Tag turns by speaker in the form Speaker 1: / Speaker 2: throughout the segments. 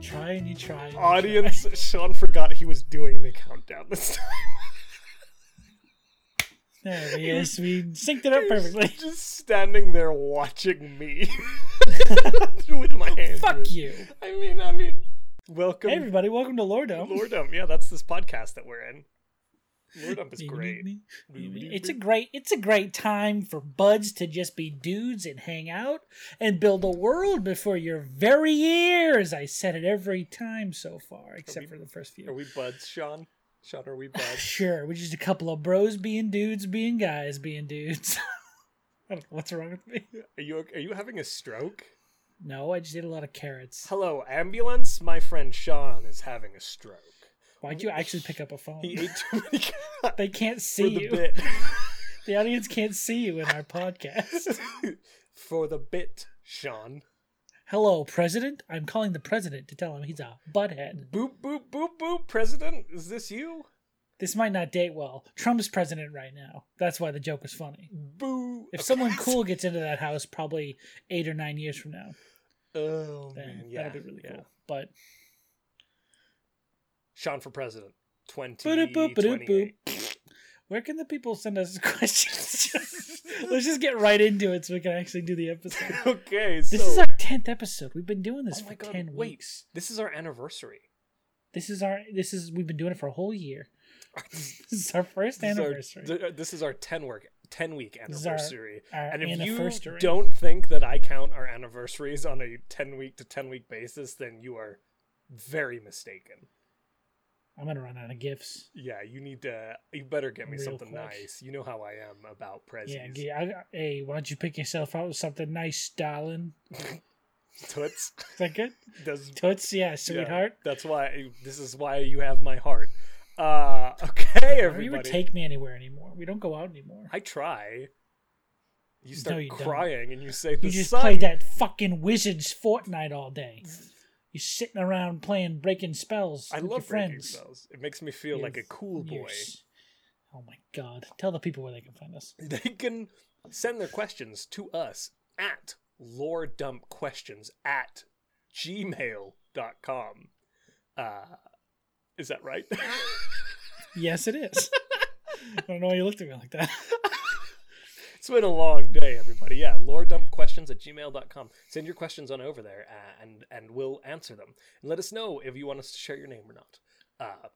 Speaker 1: try and you try.
Speaker 2: Oh.
Speaker 1: and you
Speaker 2: Audience, Sean forgot he was doing the countdown this time.
Speaker 1: try. There he is. We synced it up perfectly.
Speaker 2: Just standing there watching me with my hands.
Speaker 1: Oh, Fuck
Speaker 2: raised.
Speaker 1: you.
Speaker 2: I mean, I mean, welcome,
Speaker 1: Hey, everybody. Welcome to Lordom.
Speaker 2: Lordum. Yeah, that's this podcast that we're in. Lordum is great.
Speaker 1: It's a great it's a great time for buds to just be dudes and hang out and build a world before your very ears. I said it every time so far, except for the first
Speaker 2: Are
Speaker 1: few.
Speaker 2: we buds, Sean? Sean, are we buds?
Speaker 1: Sure, we're just a couple of bros being dudes, being guys, being dudes. I don't know what's wrong with me.
Speaker 2: Are you okay? are you having a stroke?
Speaker 1: No, I just ate a lot of carrots.
Speaker 2: Hello, ambulance. My friend Sean is having a stroke.
Speaker 1: Why'd you actually pick up a phone?
Speaker 2: He ate too many carrots
Speaker 1: They can't see
Speaker 2: for the
Speaker 1: you.
Speaker 2: bit.
Speaker 1: The audience can't see you in our podcast.
Speaker 2: for the bit, Sean.
Speaker 1: Hello, President. I'm calling the President to tell him he's a butthead.
Speaker 2: Boop boop boop boop. President, is this you?
Speaker 1: This might not date well. Trump's president right now. That's why the joke was funny.
Speaker 2: Boo.
Speaker 1: If
Speaker 2: Okay.
Speaker 1: someone cool gets into that house, probably eight or nine years from now,
Speaker 2: Oh
Speaker 1: then
Speaker 2: man, yeah,
Speaker 1: that'll be really
Speaker 2: yeah.
Speaker 1: cool. But
Speaker 2: Sean for president. Twenty.
Speaker 1: Boop, boop,
Speaker 2: 28.
Speaker 1: boop. Where can the people send us questions? Let's just get right into it so we can actually do the episode.
Speaker 2: Okay, so
Speaker 1: This is our tenth episode. We've been doing this
Speaker 2: Oh
Speaker 1: for
Speaker 2: my God,
Speaker 1: ten
Speaker 2: wait.
Speaker 1: weeks.
Speaker 2: this is our anniversary.
Speaker 1: This is our this is we've been doing it for a whole year. This is our first
Speaker 2: This is our-
Speaker 1: anniversary.
Speaker 2: th- uh, This is our ten work ten week
Speaker 1: This is our-
Speaker 2: anniversary.
Speaker 1: our
Speaker 2: and if you
Speaker 1: anniversary.
Speaker 2: don't think that I count our anniversaries on a ten week to ten week basis, then you are very mistaken.
Speaker 1: I'm gonna run out of gifts.
Speaker 2: Yeah, you need to. You better get me
Speaker 1: Real
Speaker 2: something
Speaker 1: quick.
Speaker 2: nice. You know how I am about
Speaker 1: Yeah,
Speaker 2: prezzies.
Speaker 1: yeah. I- hey, why don't you pick yourself out with something nice, darling?
Speaker 2: Toots
Speaker 1: Is that good?
Speaker 2: does
Speaker 1: Toots, yeah,
Speaker 2: Yeah,
Speaker 1: sweetheart.
Speaker 2: that's why this is why you have my heart. Uh, okay,
Speaker 1: Never
Speaker 2: everybody.
Speaker 1: You would take me anywhere anymore. We don't go out anymore.
Speaker 2: I try. You start
Speaker 1: you don't.
Speaker 2: crying and you say the
Speaker 1: you just
Speaker 2: sun.
Speaker 1: play that fucking Wizards Fortnite all day. You're sitting around playing breaking spells.
Speaker 2: I
Speaker 1: with
Speaker 2: love
Speaker 1: your friends.
Speaker 2: friends. Spells. It makes me feel like a
Speaker 1: You're-
Speaker 2: cool
Speaker 1: you're
Speaker 2: boy.
Speaker 1: s- Oh my god! Tell the people where they can find us.
Speaker 2: They can send their questions to us at loredumpquestions at gmail.com. Uh, is that right?
Speaker 1: Yes, it is. I don't know why you looked at me like that.
Speaker 2: It's been a long day, everybody. Yeah, loredumpquestions at gmail.com. Send your questions on over there uh, and, and we'll answer them. And let us know if you want us to share your name or not. Uh,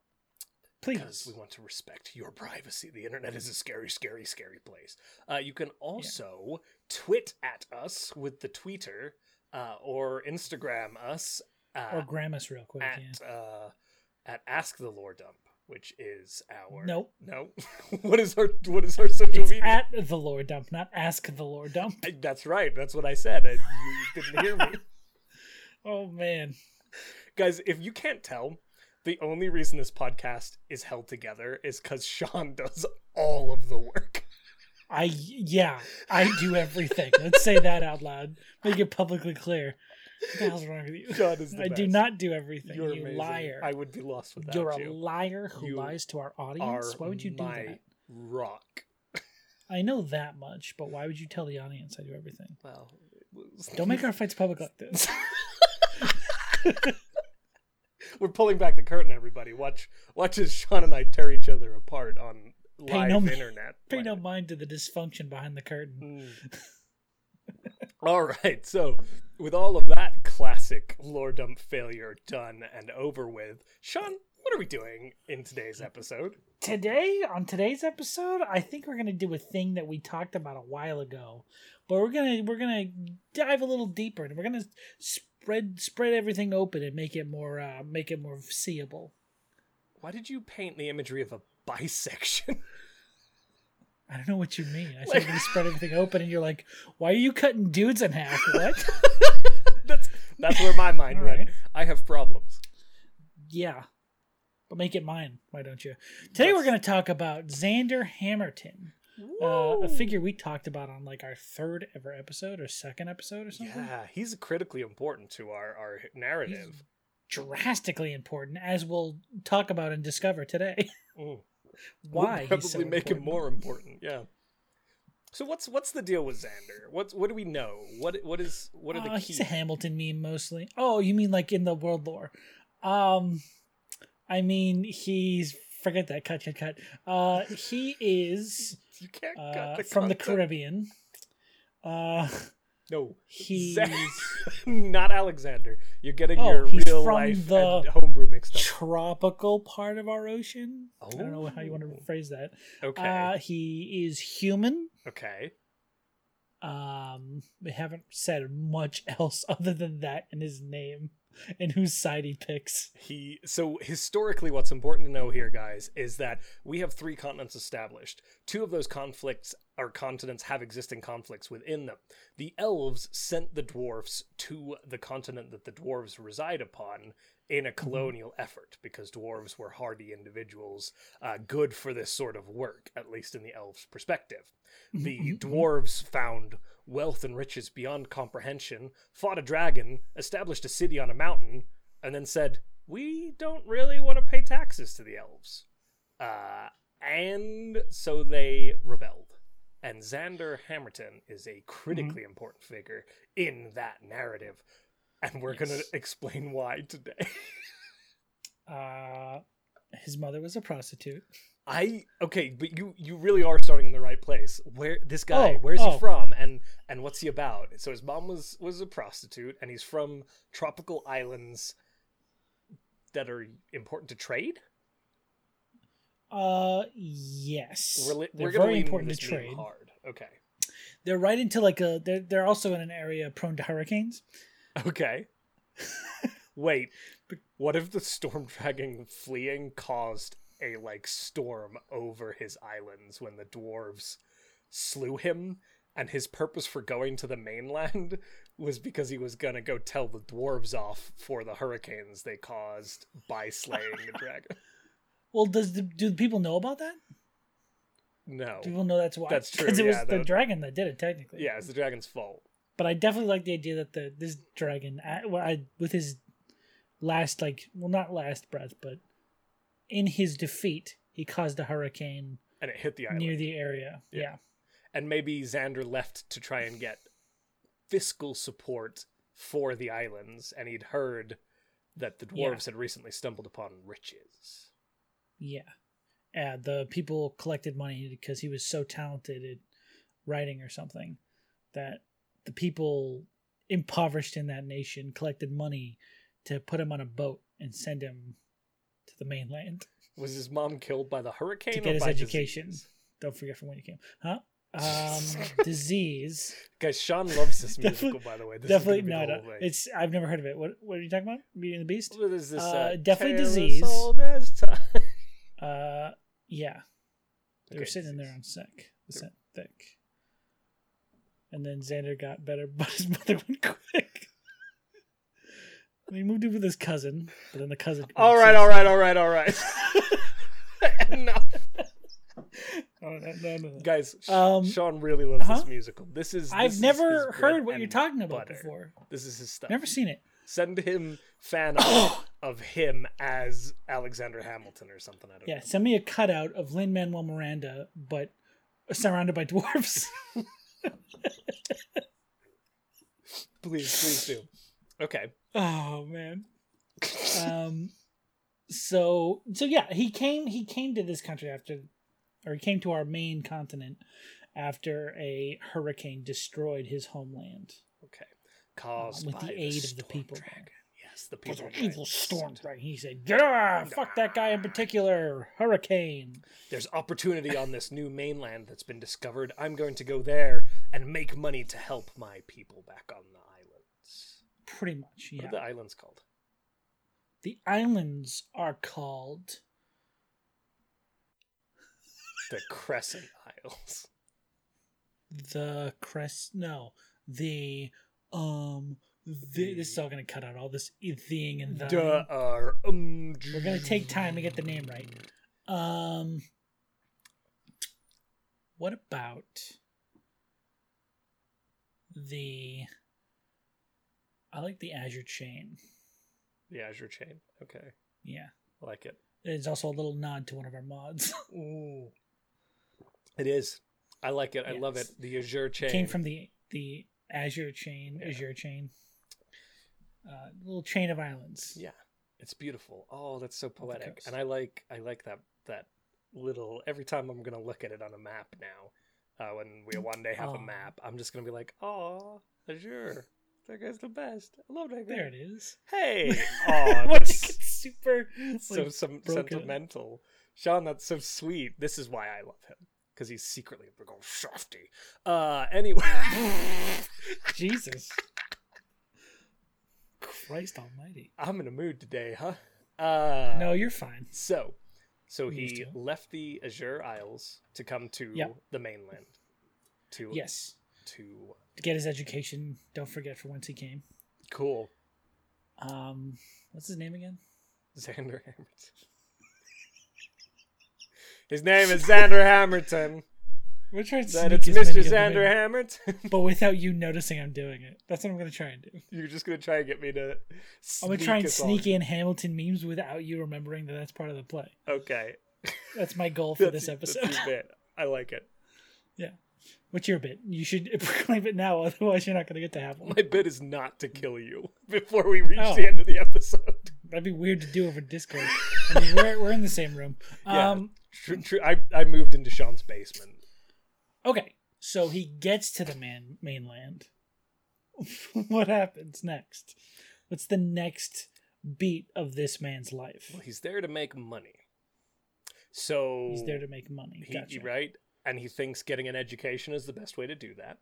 Speaker 2: because
Speaker 1: Please.
Speaker 2: we want to respect your privacy. The internet is a scary, scary, scary place. Uh, you can also twit at us with the tweeter uh, or Instagram us
Speaker 1: or
Speaker 2: uh,
Speaker 1: gram us real quick.
Speaker 2: at,
Speaker 1: yeah.
Speaker 2: uh, at Ask the Lore Dump, which is our.
Speaker 1: Nope.
Speaker 2: No? what is our what is our social
Speaker 1: It's
Speaker 2: media?
Speaker 1: at the lore dump, not ask the lore dump.
Speaker 2: I- That's right. That's what I said. I, you didn't hear me.
Speaker 1: Oh man.
Speaker 2: Guys, if you can't tell, the only reason this podcast is held together is because Sean does all of the work.
Speaker 1: I yeah, I do everything. Let's say that out loud. Make it publicly clear. What the hell's wrong with you?
Speaker 2: Sean is the
Speaker 1: I do
Speaker 2: best.
Speaker 1: not do everything.
Speaker 2: You're
Speaker 1: you
Speaker 2: amazing.
Speaker 1: liar.
Speaker 2: I would be lost without
Speaker 1: You're a
Speaker 2: you.
Speaker 1: liar who
Speaker 2: You
Speaker 1: lies to our
Speaker 2: Are
Speaker 1: audience. Why would you do
Speaker 2: my
Speaker 1: that?
Speaker 2: Rock.
Speaker 1: I know that much, but why would you tell the audience I do everything?
Speaker 2: Well, it was-
Speaker 1: Don't make our fights public like this.
Speaker 2: We're pulling back the curtain, everybody. Watch, watch as Sean and I tear each other apart on live
Speaker 1: no mi-
Speaker 2: internet.
Speaker 1: Pay no mind to the dysfunction behind the curtain.
Speaker 2: Mm. all right. So, with all of that classic lore dump failure done and over with, Sean, what are we doing in today's episode?
Speaker 1: Today, on today's episode, I think we're gonna do a thing that we talked about a while ago, but we're gonna we're gonna dive a little deeper and we're gonna spread spread everything open and make it more uh, make it more seeable.
Speaker 2: Why did you paint the imagery of a bisection?
Speaker 1: I don't know what you mean. I said we're gonna spread everything open, and you're like, "Why are you cutting dudes in half?" What?
Speaker 2: that's that's where my mind
Speaker 1: All
Speaker 2: went.
Speaker 1: right.
Speaker 2: I have problems.
Speaker 1: Yeah. But make it mine. Why don't you? Today we're going to talk about Xander Hamilton, uh, a
Speaker 2: Woo!
Speaker 1: figure we talked about on like our third ever episode or second episode or something.
Speaker 2: Yeah, he's critically important to our our narrative.
Speaker 1: Drastically important, as we'll talk about and discover today.
Speaker 2: Mm.
Speaker 1: Why?
Speaker 2: We'll
Speaker 1: he's
Speaker 2: probably
Speaker 1: so
Speaker 2: make him
Speaker 1: important.
Speaker 2: more important. Yeah. So what's what's the deal with Xander? What's what do we know? What what is what are
Speaker 1: Uh,
Speaker 2: the
Speaker 1: he's
Speaker 2: keys?
Speaker 1: a Hamilton meme mostly. Oh, you mean like in the world lore? Um, I mean, he's forget that cut, cut, cut. Uh, he is
Speaker 2: You can't
Speaker 1: uh,
Speaker 2: cut the
Speaker 1: from the
Speaker 2: content.
Speaker 1: Caribbean. Uh,
Speaker 2: No,
Speaker 1: he's
Speaker 2: Zach- not Alexander. You're getting
Speaker 1: Oh,
Speaker 2: your
Speaker 1: he's
Speaker 2: real
Speaker 1: from
Speaker 2: life
Speaker 1: the-
Speaker 2: and homebrew mixed up.
Speaker 1: tropical part of our ocean. I don't know how you want
Speaker 2: Oh.
Speaker 1: to phrase that.
Speaker 2: Okay.
Speaker 1: Uh, he is human.
Speaker 2: okay.
Speaker 1: Um, we haven't said much else other than that in his name and whose side he picks.
Speaker 2: He so historically what's important to know here guys is that we have three continents established. Two of those conflicts or continents have existing conflicts within them. The elves sent the dwarfs to the continent that the dwarves reside upon in a colonial effort because dwarves were hardy individuals uh, good for this sort of work at least in the elves perspective.
Speaker 1: Mm-hmm,
Speaker 2: The dwarves found wealth and riches beyond comprehension, fought a dragon, established a city on a mountain, and then said, We don't really want to pay taxes to the elves. Uh, and so they rebelled. And Xander Hammerton is a critically important figure in that narrative. And we're going to
Speaker 1: Yes.
Speaker 2: explain why today.
Speaker 1: Uh, his mother was a prostitute.
Speaker 2: I okay, but you you really are starting in the right place. Where this guy,
Speaker 1: Oh,
Speaker 2: where's he
Speaker 1: oh.
Speaker 2: from, and and what's he about? So his mom was was a prostitute, and he's from tropical islands that are important to trade.
Speaker 1: Uh, yes,
Speaker 2: Reli-
Speaker 1: they're
Speaker 2: gonna
Speaker 1: very
Speaker 2: lean
Speaker 1: important to
Speaker 2: this meme
Speaker 1: trade.
Speaker 2: Hard, okay,
Speaker 1: They're right into like a. They're they're also in an area prone to hurricanes.
Speaker 2: okay. Wait, what if the storm dragon fleeing caused a like storm over his islands when the dwarves slew him? And his purpose for going to the mainland was because he was gonna go tell the dwarves off for the hurricanes they caused by slaying the dragon.
Speaker 1: Well, does the, do the people know about that?
Speaker 2: No,
Speaker 1: Do people know that's why?
Speaker 2: That's true,
Speaker 1: 'Cause it was
Speaker 2: yeah,
Speaker 1: the
Speaker 2: that-
Speaker 1: dragon that did it technically.
Speaker 2: yeah, it's the dragon's fault.
Speaker 1: but I definitely like the idea that the this dragon, I, well, I, with his last like, well, not last breath, but in his defeat, he caused a hurricane
Speaker 2: And it hit the island.
Speaker 1: near the area.
Speaker 2: Yeah.
Speaker 1: Yeah.
Speaker 2: and maybe Xander left to try and get fiscal support for the islands, and he'd heard that the
Speaker 1: Yeah.
Speaker 2: dwarves had recently stumbled upon riches.
Speaker 1: yeah, Uh, the people collected money because he was so talented at writing or something that the people impoverished in that nation collected money to put him on a boat and send him to the mainland.
Speaker 2: Was his mom killed by the hurricane
Speaker 1: To
Speaker 2: or
Speaker 1: get his
Speaker 2: by
Speaker 1: education.
Speaker 2: disease?
Speaker 1: Don't forget from when you came, huh? Um, disease.
Speaker 2: Guys, Sean loves this
Speaker 1: Definitely-
Speaker 2: musical, by the way. This
Speaker 1: definitely
Speaker 2: is
Speaker 1: no,
Speaker 2: gonna be the
Speaker 1: no.
Speaker 2: whole thing.
Speaker 1: It's I've never heard of it. What What are you talking about? Beauty and the Beast.
Speaker 2: What is this?
Speaker 1: uh,
Speaker 2: Uh,
Speaker 1: definitely
Speaker 2: "Tale as
Speaker 1: disease.
Speaker 2: old as time."
Speaker 1: Uh, yeah, they were
Speaker 2: Okay,
Speaker 1: sitting in there
Speaker 2: disease.
Speaker 1: on sick,
Speaker 2: Sure.
Speaker 1: sick, thick. And then Xander got better, but his mother went quick. and he moved in with his cousin, but then the cousin.
Speaker 2: All right, all right, all right, all right. Enough.
Speaker 1: Oh, no, no, no, no.
Speaker 2: Guys, Sh-
Speaker 1: Um,
Speaker 2: Sean really loves
Speaker 1: huh?
Speaker 2: this musical. This is. this
Speaker 1: I've
Speaker 2: is
Speaker 1: never
Speaker 2: his
Speaker 1: heard
Speaker 2: bread
Speaker 1: what you're
Speaker 2: and
Speaker 1: talking about
Speaker 2: butter.
Speaker 1: before.
Speaker 2: This is his stuff.
Speaker 1: Never seen it.
Speaker 2: Send him fan
Speaker 1: Oh!
Speaker 2: art of him as Alexander Hamilton or something. I don't
Speaker 1: Yeah, send me a cutout of Lin Manuel Miranda, but surrounded by dwarves.
Speaker 2: know. Please, please do. Okay.
Speaker 1: oh man. Um. So so yeah, he came he came to this country after, or he came to our main continent after a hurricane destroyed his homeland
Speaker 2: Okay. Caused
Speaker 1: with
Speaker 2: by
Speaker 1: the aid of the
Speaker 2: storm
Speaker 1: people.
Speaker 2: dragon.
Speaker 1: there.
Speaker 2: Yes, the
Speaker 1: It was
Speaker 2: people.
Speaker 1: an evil
Speaker 2: dragon.
Speaker 1: storm dragon. He said, "Yeah, fuck that guy in particular, hurricane."
Speaker 2: There's opportunity on this new mainland that's been discovered. I'm going to go there and make money to help my people back on the islands.
Speaker 1: Pretty much, yeah.
Speaker 2: What are the islands called?
Speaker 1: the islands are called.
Speaker 2: The Crescent Isles.
Speaker 1: the crest no the um the, this is all gonna cut out all this thing and the
Speaker 2: Duh. are, um,
Speaker 1: we're gonna take time to get the name right um what about the i like the azure chain
Speaker 2: The Azure Chain. Okay.
Speaker 1: yeah
Speaker 2: I like it.
Speaker 1: it's also a little nod to one of our mods
Speaker 2: Ooh. It is. I like it. I love it.
Speaker 1: Yes.
Speaker 2: The Azure chain.
Speaker 1: came from the the azure chain
Speaker 2: Yeah.
Speaker 1: azure chain uh little chain of islands
Speaker 2: Yeah. It's beautiful. Oh, that's so poetic.
Speaker 1: coast.
Speaker 2: And I like I like that that little every time I'm gonna look at it on a map now. Uh, when we one day have
Speaker 1: Mm. Aw.
Speaker 2: a map, I'm just gonna be like, oh, Azure, that guy's the best. I love that guy.
Speaker 1: There it is.
Speaker 2: Hey,
Speaker 1: Like,
Speaker 2: oh,
Speaker 1: it's super.
Speaker 2: so
Speaker 1: like,
Speaker 2: some
Speaker 1: broken.
Speaker 2: sentimental. Sean, that's so sweet. This is why I love him because he's secretly a big old softy. Uh, anyway,
Speaker 1: Jesus. Christ Almighty.
Speaker 2: I'm in a mood today, huh? Uh,
Speaker 1: No, you're fine.
Speaker 2: So, so
Speaker 1: Used
Speaker 2: he
Speaker 1: to.
Speaker 2: left the Azure Isles to come to
Speaker 1: Yeah.
Speaker 2: the mainland. To
Speaker 1: Yes.
Speaker 2: To
Speaker 1: To get his education. Don't forget for whence he came.
Speaker 2: cool
Speaker 1: Um, what's his name again?
Speaker 2: Xander Hamilton. His name is Xander Hamilton.
Speaker 1: We're trying to
Speaker 2: That
Speaker 1: sneak
Speaker 2: it's
Speaker 1: as many
Speaker 2: Mr.
Speaker 1: of them in,
Speaker 2: Xander Hamilton.
Speaker 1: but without you noticing I'm doing it. That's what I'm gonna try and do.
Speaker 2: You're just gonna try and get me to.
Speaker 1: I'm gonna try and
Speaker 2: us all-
Speaker 1: sneak in Hamilton memes without you remembering that that's part of the play.
Speaker 2: Okay.
Speaker 1: That's my goal for
Speaker 2: That's-
Speaker 1: this episode.
Speaker 2: That's your bit. I like it.
Speaker 1: What's your bit? You should proclaim it now, otherwise you're not gonna get to have one.
Speaker 2: My bit is not to kill you before we reach
Speaker 1: Oh.
Speaker 2: the end of the episode.
Speaker 1: That'd be weird to do over Discord. I mean, we're we're in the same room.
Speaker 2: Yeah.
Speaker 1: Um,
Speaker 2: True, true. I, I moved into Sean's basement.
Speaker 1: okay, so he gets to the man mainland. what happens next? What's the next beat of this man's life?
Speaker 2: Well, he's there to make money. So
Speaker 1: He's there to make money.
Speaker 2: he,
Speaker 1: Gotcha.
Speaker 2: right, and he thinks getting an education is the best way to do that.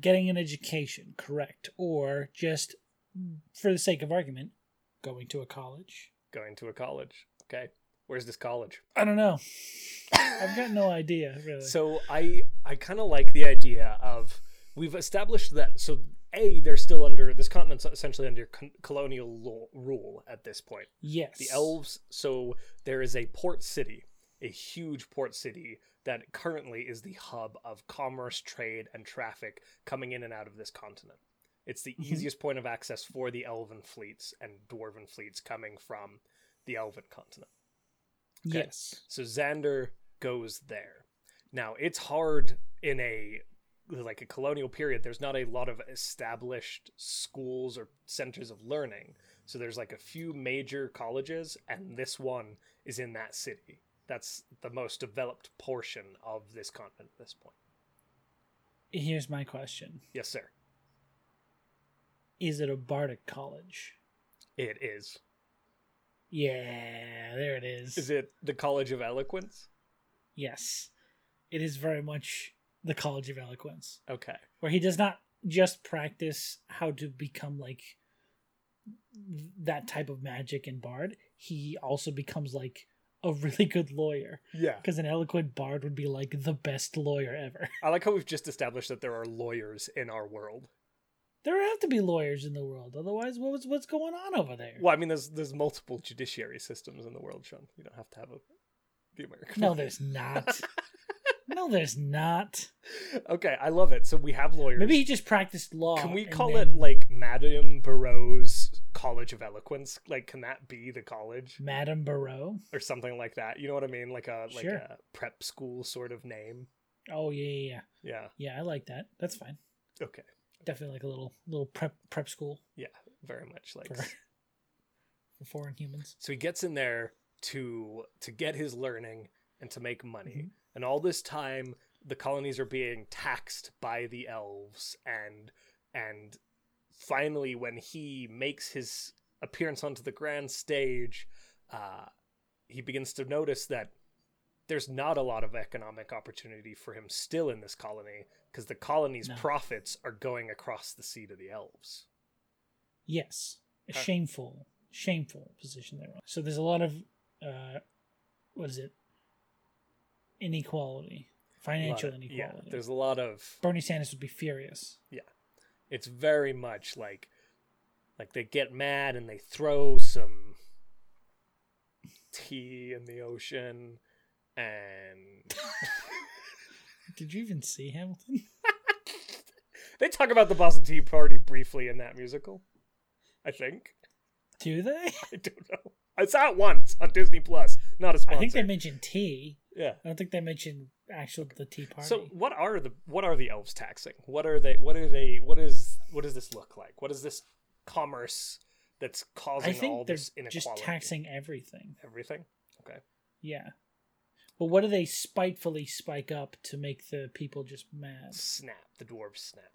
Speaker 1: Getting an education, correct, or just for the sake of argument, going to a college.
Speaker 2: Going to a college. Okay, where's this college?
Speaker 1: I don't know. I've got no idea really.
Speaker 2: So I I kind of like the idea of we've established that so a they're still under this continent's essentially under con- colonial law, rule at this point.
Speaker 1: yes,
Speaker 2: The elves. So there is a port city, a huge port city that currently is the hub of commerce, trade, and traffic coming in and out of this continent. It's the
Speaker 1: Mhm.
Speaker 2: easiest point of access for the elven fleets and dwarven fleets coming from the elven continent. okay.
Speaker 1: yes,
Speaker 2: So Xander goes there. Now it's hard in a like a colonial period. There's not a lot of established schools or centers of learning. So there's like a few major colleges, and this one is in that city. That's the most developed portion of this continent at this point.
Speaker 1: Here's my question:
Speaker 2: Yes, sir.
Speaker 1: Is it a bardic college?
Speaker 2: It is.
Speaker 1: Yeah, there it is.
Speaker 2: Is it the College of Eloquence?
Speaker 1: Yes, it is very much the College of Eloquence.
Speaker 2: Okay.
Speaker 1: where he does not just practice how to become like that type of magic and bard he also becomes like a really good lawyer
Speaker 2: Yeah.
Speaker 1: because an eloquent bard would be like the best lawyer ever
Speaker 2: I like how we've just established that there are lawyers in our world.
Speaker 1: there have to be lawyers in the world otherwise what was what's going on over there
Speaker 2: Well, I mean, there's there's multiple judiciary systems in the world, Sean. You don't have to have a the American.
Speaker 1: no
Speaker 2: one.
Speaker 1: there's not no there's not
Speaker 2: okay, I love it. So we have lawyers.
Speaker 1: maybe he just practiced law
Speaker 2: can we
Speaker 1: and
Speaker 2: call
Speaker 1: then
Speaker 2: it like Madame Barreau's College of Eloquence? Like, can that be the college
Speaker 1: madame barreau
Speaker 2: or something like that? You know what I mean? Like a like
Speaker 1: Sure.
Speaker 2: a prep school sort of name.
Speaker 1: oh yeah yeah yeah
Speaker 2: Yeah.
Speaker 1: yeah i like that that's fine
Speaker 2: Okay.
Speaker 1: definitely like a little little prep prep school
Speaker 2: Yeah. Very much like.
Speaker 1: for, for foreign humans
Speaker 2: So he gets in there to to get his learning and to make money.
Speaker 1: Mm-hmm.
Speaker 2: And all this time the colonies are being taxed by the elves and and finally when he makes his appearance onto the grand stage, uh, he begins to notice that there's not a lot of economic opportunity for him still in this colony because the colony's
Speaker 1: No.
Speaker 2: profits are going across the sea to the elves.
Speaker 1: Yes, a
Speaker 2: Uh,
Speaker 1: shameful, shameful position they're in. So there's a lot of, uh, what is it? Inequality,
Speaker 2: A lot
Speaker 1: financial
Speaker 2: of- yeah,
Speaker 1: inequality.
Speaker 2: there's a lot of
Speaker 1: Bernie Sanders would be furious.
Speaker 2: it's very much like like they get mad and they throw some tea in the ocean and
Speaker 1: Did you even see Hamilton?
Speaker 2: they talk about the Boston Tea Party briefly in that musical. I think.
Speaker 1: Do they?
Speaker 2: I don't know. It's out once on Disney Plus, not a sponsor.
Speaker 1: I think they mentioned tea.
Speaker 2: yeah.
Speaker 1: I don't think they mentioned actual the tea party.
Speaker 2: So what are the what are the elves taxing? What are they what are they what is what does this look like? What is this commerce that's causing
Speaker 1: I
Speaker 2: all
Speaker 1: think they're
Speaker 2: this inequality.
Speaker 1: just taxing everything.
Speaker 2: everything. Okay.
Speaker 1: Yeah. But what do they spitefully spike up to make the people just mad?
Speaker 2: Snap. The dwarves snap.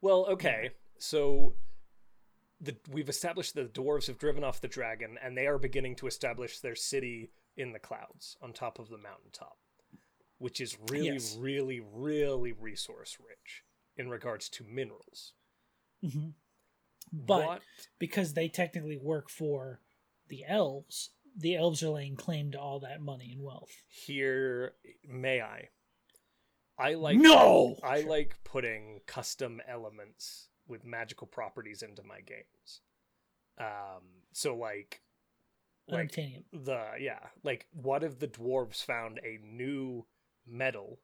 Speaker 2: Well, okay.
Speaker 1: Hmm.
Speaker 2: So the we've established that the dwarves have driven off the dragon and they are beginning to establish their city in the clouds on top of the mountaintop, which is really
Speaker 1: Yes.
Speaker 2: really really resource rich in regards to minerals.
Speaker 1: hmm But
Speaker 2: What-
Speaker 1: because they technically work for the elves, the elves are laying claim to all that money and wealth.
Speaker 2: here may I I like
Speaker 1: no!
Speaker 2: I like putting custom elements with magical properties into my games. Um, so like, like
Speaker 1: Unobtainium.
Speaker 2: the yeah, like what if the dwarves found a new metal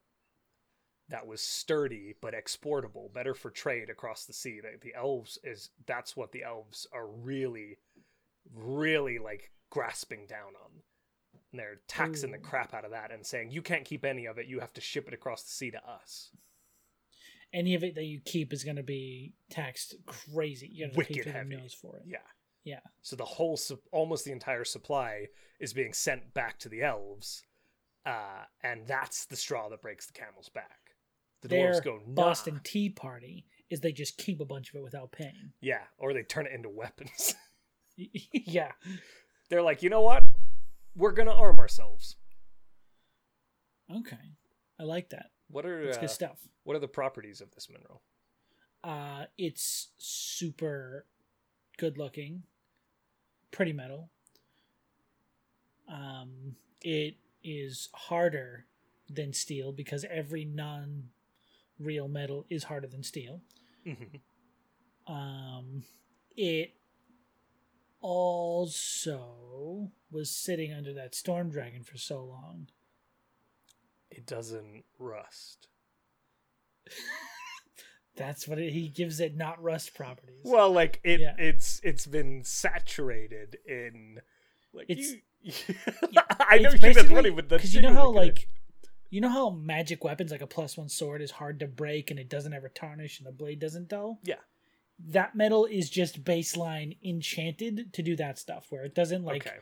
Speaker 2: that was sturdy but exportable, better for trade across the sea? The, the elves is that's what the elves are really, really like grasping down on. And they're taxing the
Speaker 1: Ooh.
Speaker 2: crap out of that and saying you can't keep any of it. You have to ship it across the sea to us.
Speaker 1: Any of it that you keep is going to be taxed crazy. You're going to pay
Speaker 2: Wicked
Speaker 1: through
Speaker 2: heavy.
Speaker 1: the nose for it.
Speaker 2: Yeah.
Speaker 1: Yeah.
Speaker 2: So the whole, sup- almost the entire supply is being sent back to the elves, uh, and that's the straw that breaks the camel's back. The
Speaker 1: Their
Speaker 2: dwarves go nah.
Speaker 1: Boston Tea Party is they just keep a bunch of it without paying.
Speaker 2: Yeah, or they turn it into weapons.
Speaker 1: yeah.
Speaker 2: They're like, you know what? We're gonna arm ourselves.
Speaker 1: Okay. I like that.
Speaker 2: What are
Speaker 1: It's
Speaker 2: uh,
Speaker 1: good stuff.
Speaker 2: what are the properties of this mineral?
Speaker 1: Uh, it's super good looking, pretty metal. Um, it is harder than steel because every non real metal is harder than steel.
Speaker 2: hmm
Speaker 1: Um, it also was sitting under that storm dragon for so long.
Speaker 2: It doesn't rust.
Speaker 1: That's what it, he gives it not rust properties.
Speaker 2: Well, like it,
Speaker 1: Yeah.
Speaker 2: it's it's been saturated in like
Speaker 1: It's-
Speaker 2: you- I know you
Speaker 1: it's
Speaker 2: think that's
Speaker 1: basically-
Speaker 2: funny, but that's
Speaker 1: because you know how
Speaker 2: genuinely good.
Speaker 1: like you know how magic weapons like a plus one sword is hard to break and it doesn't ever tarnish and the blade doesn't dull
Speaker 2: Yeah.
Speaker 1: that metal is just baseline enchanted to do that stuff where it doesn't like
Speaker 2: okay.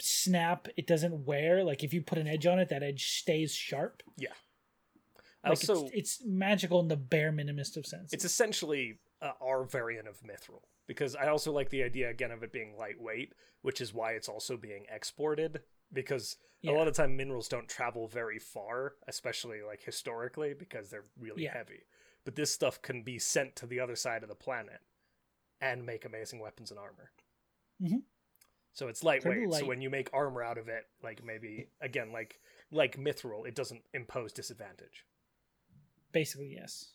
Speaker 1: snap it doesn't wear like if you put an edge on it that edge stays sharp like it's-
Speaker 2: also,
Speaker 1: it's, magical in the bare minimist of sense
Speaker 2: it's essentially uh, our variant of mithril because I also like the idea again of it being lightweight, which is why it's also being exported because a
Speaker 1: Yeah.
Speaker 2: lot of time minerals don't travel very far, especially like historically because they're really
Speaker 1: Yeah.
Speaker 2: heavy. But this stuff can be sent to the other side of the planet and make amazing weapons and armor.
Speaker 1: Mhm.
Speaker 2: So it's lightweight.
Speaker 1: light.
Speaker 2: So when you make armor out of it, like maybe again like like mithril, it doesn't impose disadvantage.
Speaker 1: basically yes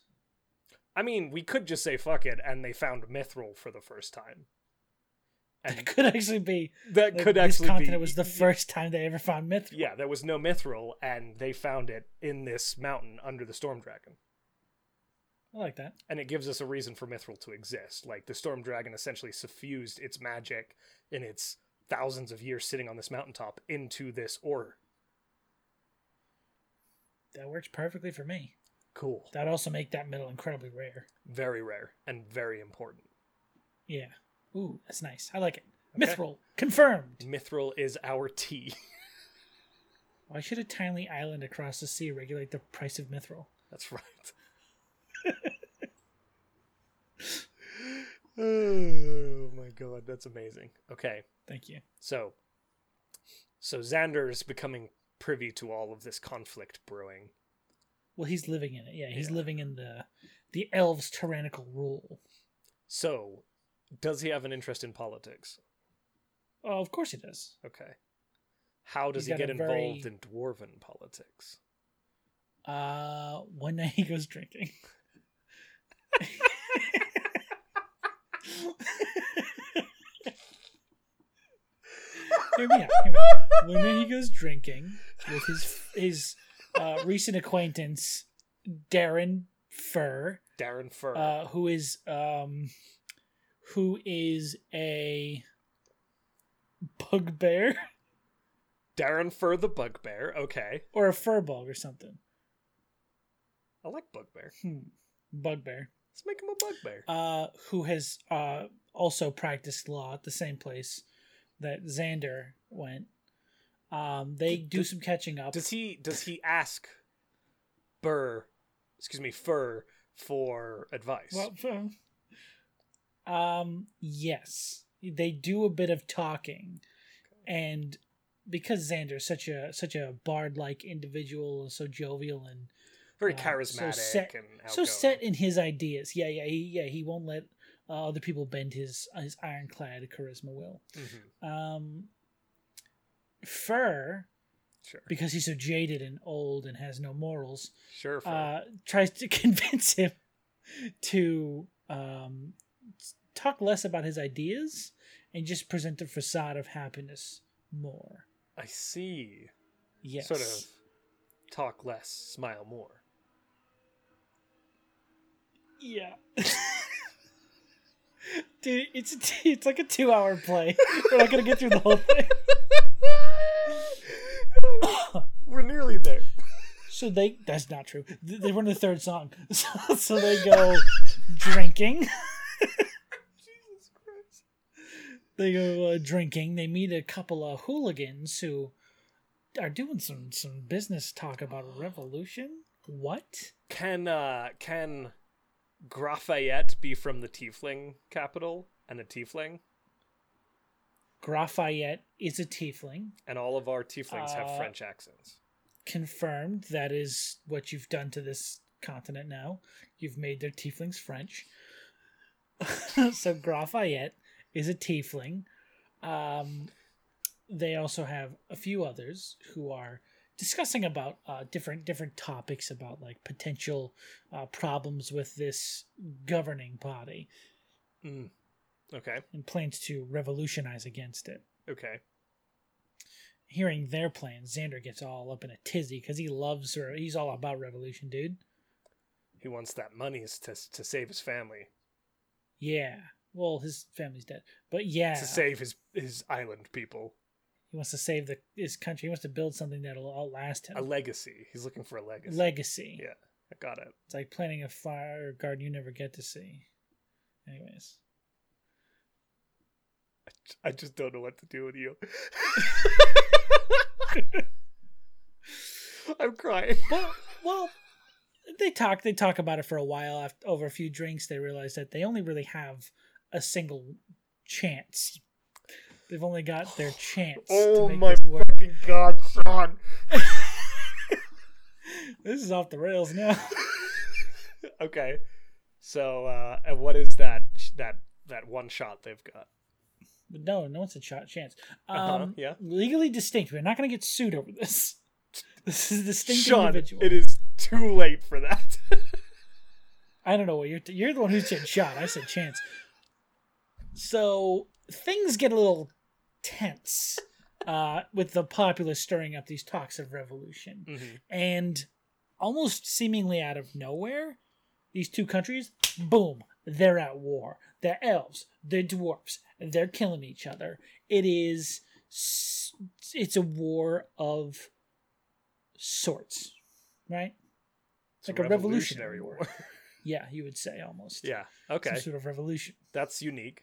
Speaker 2: I mean, we could just say fuck it, and they found Mithril for the first time,
Speaker 1: that
Speaker 2: and
Speaker 1: could actually be
Speaker 2: that
Speaker 1: like,
Speaker 2: could
Speaker 1: this
Speaker 2: actually
Speaker 1: continent
Speaker 2: be
Speaker 1: was the first time they ever found mithril
Speaker 2: Yeah, there was no Mithril, and they found it in this mountain under the Storm Dragon,
Speaker 1: i like that
Speaker 2: and it gives us a reason for Mithril to exist. Like the Storm Dragon essentially suffused its magic in its thousands of years sitting on this mountaintop into this ore.
Speaker 1: that works perfectly for me
Speaker 2: Cool,
Speaker 1: that also make that metal incredibly rare
Speaker 2: very rare and very important.
Speaker 1: Yeah. Ooh, that's nice. I like it.
Speaker 2: Okay.
Speaker 1: Mithril confirmed.
Speaker 2: Mithril is our tea.
Speaker 1: Why should a tiny island across the sea regulate the price of mithril?
Speaker 2: That's right. oh my god, that's amazing. Okay,
Speaker 1: Thank you.
Speaker 2: so so Xander is becoming privy to all of this conflict brewing.
Speaker 1: Well, he's living in it. Yeah, he's
Speaker 2: Yeah.
Speaker 1: living in the the elves' tyrannical rule.
Speaker 2: So, does he have an interest in politics?
Speaker 1: Oh, of course he does.
Speaker 2: Okay. How does
Speaker 1: He's
Speaker 2: he
Speaker 1: got
Speaker 2: get
Speaker 1: a
Speaker 2: involved
Speaker 1: very-
Speaker 2: in dwarven politics?
Speaker 1: Uh, one night he goes drinking. hear me out. Hear me out. One night he goes drinking with his his uh, recent acquaintance Darren Fur,
Speaker 2: Darren Fur.
Speaker 1: uh, who is um, who is a bugbear
Speaker 2: Darren Fur the bugbear. Okay.
Speaker 1: or a furball or something.
Speaker 2: I like bugbear.
Speaker 1: Hmm. Bugbear.
Speaker 2: Let's make him a bugbear.
Speaker 1: uh, who has uh, also practiced law at the same place that Xander went. Um, they
Speaker 2: Does-
Speaker 1: do
Speaker 2: does-
Speaker 1: some catching up.
Speaker 2: Does he does he ask Burr, excuse me, Fur for advice?
Speaker 1: Well, um, um, yes, they do a bit of talking, and because Xander's such a such a bard-like individual and so jovial and
Speaker 2: Very
Speaker 1: uh, so
Speaker 2: charismatic
Speaker 1: set-
Speaker 2: and
Speaker 1: so
Speaker 2: outgoing.
Speaker 1: set in his ideas, yeah, yeah, he, yeah, he won't let uh, other people bend his his ironclad charisma will.
Speaker 2: Mhm,
Speaker 1: Um, Fur,
Speaker 2: Sure,
Speaker 1: because he's so jaded and old and has no morals,
Speaker 2: sure. Fur.
Speaker 1: uh, tries to convince him to um, talk less about his ideas and just present the facade of happiness more.
Speaker 2: I see.
Speaker 1: Yes.
Speaker 2: Sort of talk less, smile more.
Speaker 1: Yeah. Dude, it's a t- it's like a two hour play. We're not gonna get through the whole thing.
Speaker 2: We're nearly there.
Speaker 1: So they that's not true. Th- They were in the third song, so, so they go drinking.
Speaker 2: Jesus Christ.
Speaker 1: They go uh, drinking. They meet a couple of hooligans who are doing some some business talk about a revolution. What?
Speaker 2: Can uh can Grafayette be from the Tiefling capital and a Tiefling?
Speaker 1: Grafayette is a tiefling.
Speaker 2: And all of our Tieflings have
Speaker 1: Uh,
Speaker 2: French accents.
Speaker 1: Confirmed. That is what you've done to this continent now. You've made their tieflings French. so Grafayette is a tiefling. Um, they also have a few others who are discussing about uh, different different topics about like potential uh, problems with this governing body
Speaker 2: Mm. Okay.
Speaker 1: and plans to revolutionize against it.
Speaker 2: Okay.
Speaker 1: Hearing their plans, Xander gets all up in a tizzy because he loves her. He's all about revolution, dude.
Speaker 2: He wants that money is to to save his family,
Speaker 1: Yeah. Well, his family's dead, but yeah,
Speaker 2: to save his his island people,
Speaker 1: he wants to save the his country. He wants to build something that'll outlast him.
Speaker 2: a legacy. He's looking for a legacy.
Speaker 1: legacy.
Speaker 2: Yeah. I got it.
Speaker 1: It's like planting a flower garden you never get to see. Anyways.
Speaker 2: I just don't know what to do with you. I'm crying.
Speaker 1: Well, well, they talk. They talk about it for a while. After, over a few drinks, they realize that they only really have a single chance. They've only got their chance. to
Speaker 2: Oh
Speaker 1: make
Speaker 2: my
Speaker 1: this work.
Speaker 2: fucking god, Sean.
Speaker 1: This is off the rails now.
Speaker 2: okay. So uh and what is that that that one shot they've got?
Speaker 1: But no, no one said shot chance. Um,
Speaker 2: Uh-huh, yeah.
Speaker 1: Legally distinct. We're not going to get sued over this. This is a distinct
Speaker 2: Sean,
Speaker 1: individual.
Speaker 2: it is too late for that.
Speaker 1: I don't know what you're. T- you're the one who said shot. I said chance. So things get a little tense uh, with the populace stirring up these talks of revolution, and almost seemingly out of nowhere, these two countries, boom, they're at war. They're elves. They're dwarfs. They're killing each other. It is. s- It's a war of sorts, right?
Speaker 2: It's
Speaker 1: Like a revolutionary
Speaker 2: war.
Speaker 1: war. Yeah, you would say almost.
Speaker 2: yeah.
Speaker 1: Some
Speaker 2: Okay.
Speaker 1: sort of revolution.
Speaker 2: That's unique.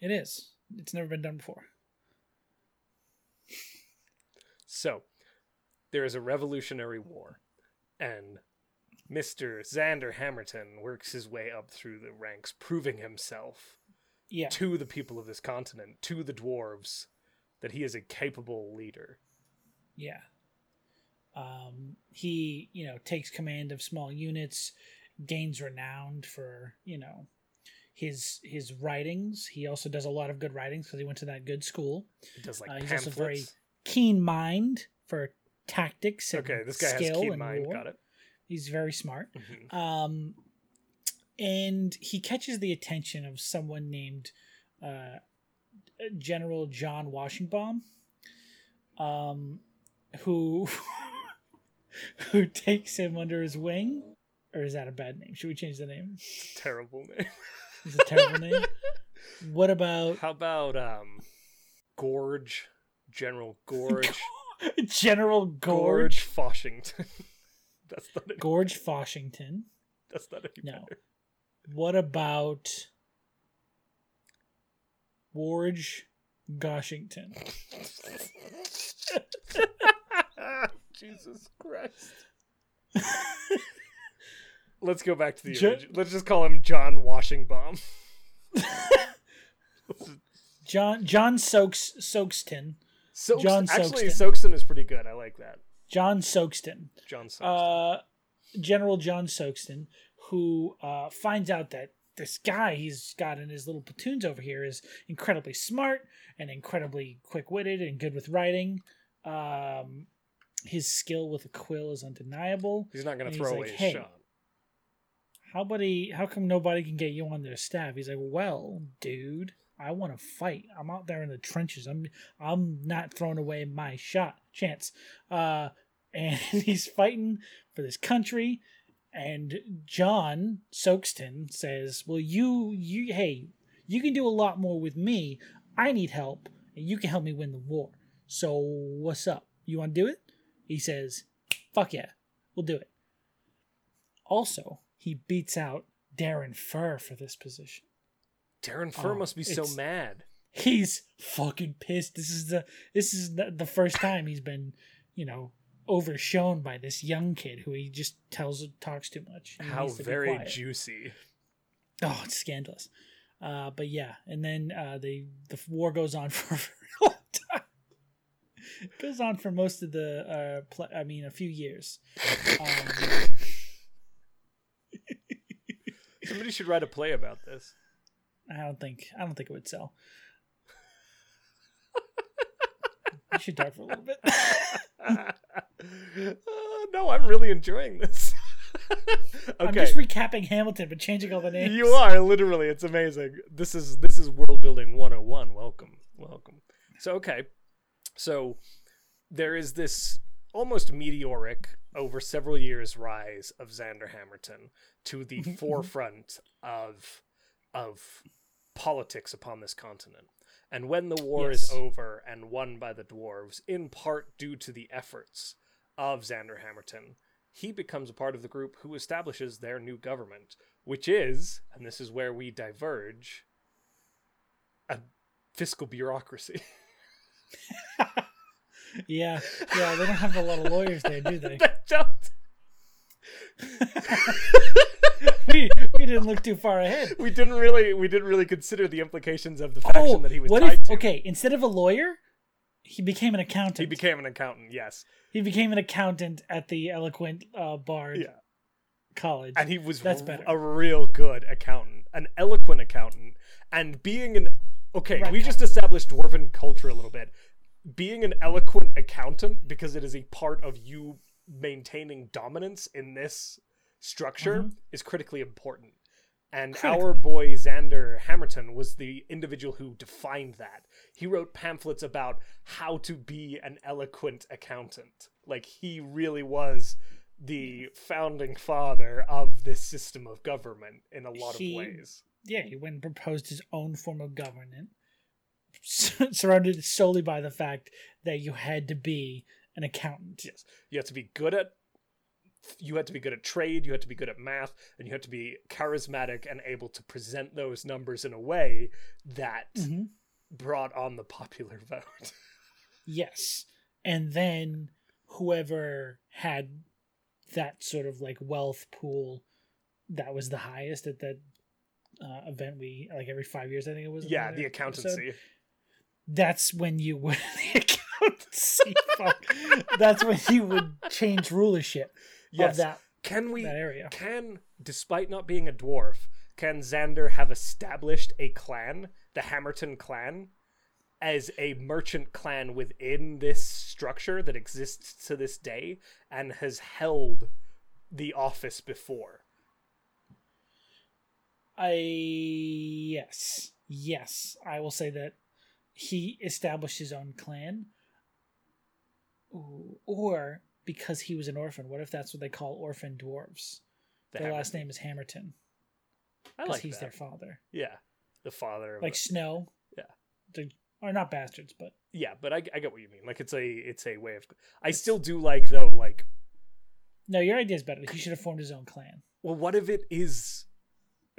Speaker 1: It is. It's never been done before.
Speaker 2: So, there is a revolutionary war, and Mr. Xander Hammerton works his way up through the ranks, proving himself
Speaker 1: Yeah.
Speaker 2: to the people of this continent, to the dwarves, that he is a capable leader.
Speaker 1: Yeah. Um, he, you know, takes command of small units, gains renowned for, you know, his his writings. He also does a lot of good writings because he went to that good school.
Speaker 2: He does like
Speaker 1: Uh, he's also
Speaker 2: pamphlets.
Speaker 1: very Keen mind for tactics. And
Speaker 2: okay, this guy has
Speaker 1: skill
Speaker 2: keen
Speaker 1: and
Speaker 2: mind.
Speaker 1: war.
Speaker 2: Got it.
Speaker 1: He's very smart.
Speaker 2: Mhm.
Speaker 1: Um, and he catches the attention of someone named uh, General John Washington, um, who who takes him under his wing. Or is that a bad name? Should we change the name?
Speaker 2: Terrible name.
Speaker 1: It's a terrible name. What about
Speaker 2: How about um, Gorge, General Gorge,
Speaker 1: General
Speaker 2: Gorge
Speaker 1: Gorge?
Speaker 2: Foshington? that's not it.
Speaker 1: Gorge Foshington.
Speaker 2: That's not it.
Speaker 1: No. What about Warge Goshington.
Speaker 2: Jesus Christ. Let's go back to the
Speaker 1: Jo-
Speaker 2: origin. Let's just call him John Washington.
Speaker 1: John John Soaks Soakston.
Speaker 2: Soaks,
Speaker 1: John
Speaker 2: actually,
Speaker 1: Soakston.
Speaker 2: Soakston is pretty good. I like that.
Speaker 1: John Soakston.
Speaker 2: John Soakston.
Speaker 1: Uh, General John Soakston, who uh, finds out that this guy he's got in his little platoons over here is incredibly smart and incredibly quick witted and good with writing. Um, his skill with a quill is undeniable.
Speaker 2: he's not going
Speaker 1: and
Speaker 2: to
Speaker 1: he's like,
Speaker 2: throw away his
Speaker 1: "Hey."
Speaker 2: shot.
Speaker 1: How buddy, how come nobody can get you on their staff? He's like, well, dude, I want to fight. I'm out there in the trenches. I'm I'm not throwing away my shot chance. Uh, and he's fighting for this country. And John Soakston says, well, you you hey, you can do a lot more with me. I need help, and you can help me win the war. So what's up? You want to do it? He says, fuck yeah, we'll do it. Also, he beats out Darren Fur for this position.
Speaker 2: Darren Fur
Speaker 1: Oh,
Speaker 2: must be so
Speaker 1: it's-
Speaker 2: mad.
Speaker 1: He's fucking pissed. This is the this is the, the first time he's been, you know, overshone by this young kid who he just tells talks too much. He
Speaker 2: How
Speaker 1: needs to be
Speaker 2: very
Speaker 1: quiet.
Speaker 2: juicy.
Speaker 1: oh, it's scandalous. Uh, but yeah, and then uh, they the war goes on for a very long time. It goes on for most of the uh, pl- I mean, a few years. Um,
Speaker 2: Somebody should write a play about this.
Speaker 1: I don't think I don't think it would sell. we should talk for a little bit.
Speaker 2: Uh, no, I'm really enjoying this.
Speaker 1: I'm
Speaker 2: okay.
Speaker 1: just recapping Hamilton, but changing all the names.
Speaker 2: You are literally. It's amazing. This is this is world building 101. Welcome, welcome. So okay, so there is this almost meteoric over several years rise of Xander Hamilton to the forefront of of politics upon this continent. And when the war is
Speaker 1: Yes.
Speaker 2: over and won by the dwarves, in part due to the efforts of Xander Hamilton, he becomes a part of the group who establishes their new government, which is, and this is where we diverge, a fiscal bureaucracy.
Speaker 1: Yeah, yeah. They don't have a lot of lawyers there, do they?
Speaker 2: That don't-
Speaker 1: we, we didn't look too far ahead.
Speaker 2: we didn't really we didn't really consider the implications of the faction
Speaker 1: Oh,
Speaker 2: that he was
Speaker 1: what
Speaker 2: tied
Speaker 1: if?
Speaker 2: to.
Speaker 1: Okay, instead of a lawyer, he became an accountant.
Speaker 2: He became an accountant, yes.
Speaker 1: He became an accountant at the Eloquent uh, Bard
Speaker 2: Yeah.
Speaker 1: College.
Speaker 2: And he was
Speaker 1: That's
Speaker 2: r-
Speaker 1: better.
Speaker 2: a real good accountant, an eloquent accountant. And being an okay,
Speaker 1: Right.
Speaker 2: we just established dwarven culture a little bit. Being an eloquent accountant because it is a part of you maintaining dominance in this structure is critically important. And our
Speaker 1: Mm-hmm. Critically.
Speaker 2: boy Xander Hammerton was the individual who defined that. He wrote pamphlets about how to be an eloquent accountant. Like he really was the founding father of this system of government in a lot
Speaker 1: He-
Speaker 2: of ways.
Speaker 1: yeah, he went and proposed his own form of government, surrounded solely by the fact that you had to be an accountant.
Speaker 2: Yes. You had to be good at you had to be good at trade, you had to be good at math, and you had to be charismatic and able to present those numbers in a way that
Speaker 1: Mhm.
Speaker 2: brought on the popular vote.
Speaker 1: Yes. And then whoever had that sort of like wealth pool that was the highest at that uh, event we like every five years I think it was.
Speaker 2: yeah,
Speaker 1: another
Speaker 2: the
Speaker 1: episode.
Speaker 2: accountancy.
Speaker 1: that's when you would the accountancy. Fuck. That's when you would change rulership
Speaker 2: Yes.
Speaker 1: of that
Speaker 2: Can we
Speaker 1: that area.
Speaker 2: can despite not being a dwarf, can Xander have established a clan, the Hammerton clan, as a merchant clan within this structure that exists to this day and has held the office before?
Speaker 1: I yes, yes, I will say that he established his own clan. Ooh, or because he was an orphan. What if that's what they call orphan dwarves?
Speaker 2: The
Speaker 1: Their
Speaker 2: Hammer-
Speaker 1: last name is Hammerton
Speaker 2: I
Speaker 1: because
Speaker 2: like
Speaker 1: he's
Speaker 2: that.
Speaker 1: their father,
Speaker 2: Yeah, the father. Of
Speaker 1: like
Speaker 2: a-
Speaker 1: Snow.
Speaker 2: Yeah.
Speaker 1: they are not bastards, but
Speaker 2: yeah, but I, I get what you mean. Like it's a it's a way of. I still do like though like
Speaker 1: no, your idea is better. He should have formed his own clan.
Speaker 2: Well, what if it is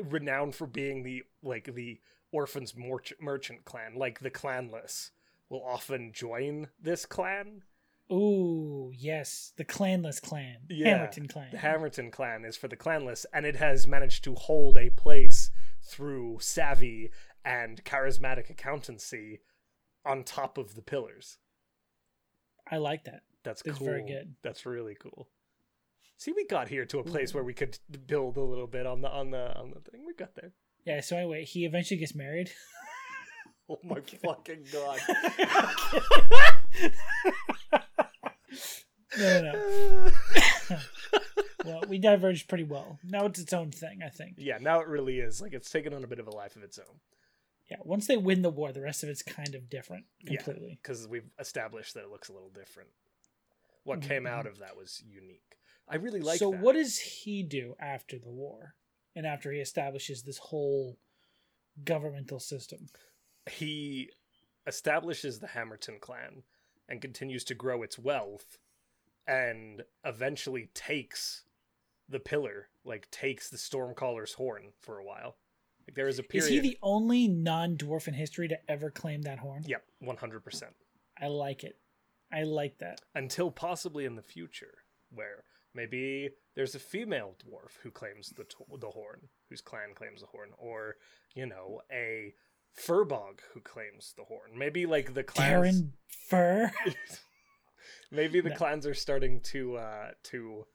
Speaker 2: renowned for being the like the orphans merch- merchant clan, like the clanless, will often join this clan.
Speaker 1: Ooh, yes, the clanless clan,
Speaker 2: Yeah,
Speaker 1: Hamilton clan.
Speaker 2: The Hammerton clan is for the clanless, and it has managed to hold a place through savvy and charismatic accountancy on top of the pillars.
Speaker 1: I like that.
Speaker 2: That's
Speaker 1: That's
Speaker 2: cool.
Speaker 1: very good.
Speaker 2: That's really cool. See, we got here to a place where we could build a little bit on the on the on the thing. We got there.
Speaker 1: Yeah. So anyway, he eventually gets married.
Speaker 2: Oh my fucking god!
Speaker 1: No, no, no. Well, we diverged pretty well. Now it's its own thing, I think.
Speaker 2: yeah, now it really is like it's taken on a bit of a life of its own
Speaker 1: Yeah. Once they win the war, the rest of it's kind of different
Speaker 2: Yeah.
Speaker 1: completely.
Speaker 2: because we've established that it looks a little different. What came out of that was unique. I really like.
Speaker 1: Mm-hmm. so
Speaker 2: that.
Speaker 1: what does he do after the war and after he establishes this whole governmental system
Speaker 2: he establishes the Hammerton clan and continues to grow its wealth and eventually takes the pillar, like takes the Stormcaller's horn for a while. Like there is a period.
Speaker 1: is he the only non-dwarf in history to ever claim that horn
Speaker 2: Yep, one hundred percent.
Speaker 1: i like it i like that
Speaker 2: Until possibly in the future, where maybe there's a female dwarf who claims the t- the horn, whose clan claims the horn, or you know a furbog who claims the horn. Maybe like the clans.
Speaker 1: Darren Fur.
Speaker 2: Maybe the
Speaker 1: No.
Speaker 2: clans are starting to uh, to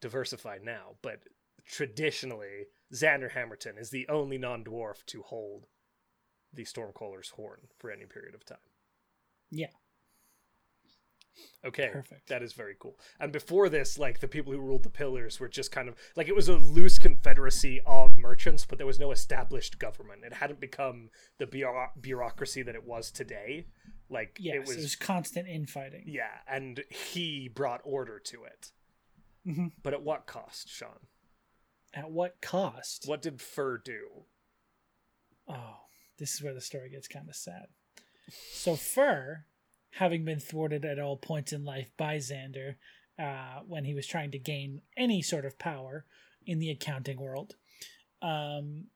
Speaker 2: diversify now, but traditionally, Xander Hammerton is the only non-dwarf to hold the Stormcaller's horn for any period of time.
Speaker 1: Yeah.
Speaker 2: Okay.
Speaker 1: Perfect.
Speaker 2: That is very cool. And before this, like the people who ruled the pillars were just kind of like it was a loose confederacy of merchants, but there was no established government. It hadn't become the bureau- bureaucracy that it was today. Like
Speaker 1: Yes,
Speaker 2: it was
Speaker 1: constant infighting.
Speaker 2: yeah, and he brought order to it.
Speaker 1: Mhm.
Speaker 2: But at what cost, Sean?
Speaker 1: At what cost?
Speaker 2: What did Fur do?
Speaker 1: Oh, this is where the story gets kind of sad. So Fur, having been thwarted at all points in life by Xander, uh, when he was trying to gain any sort of power in the accounting world, um,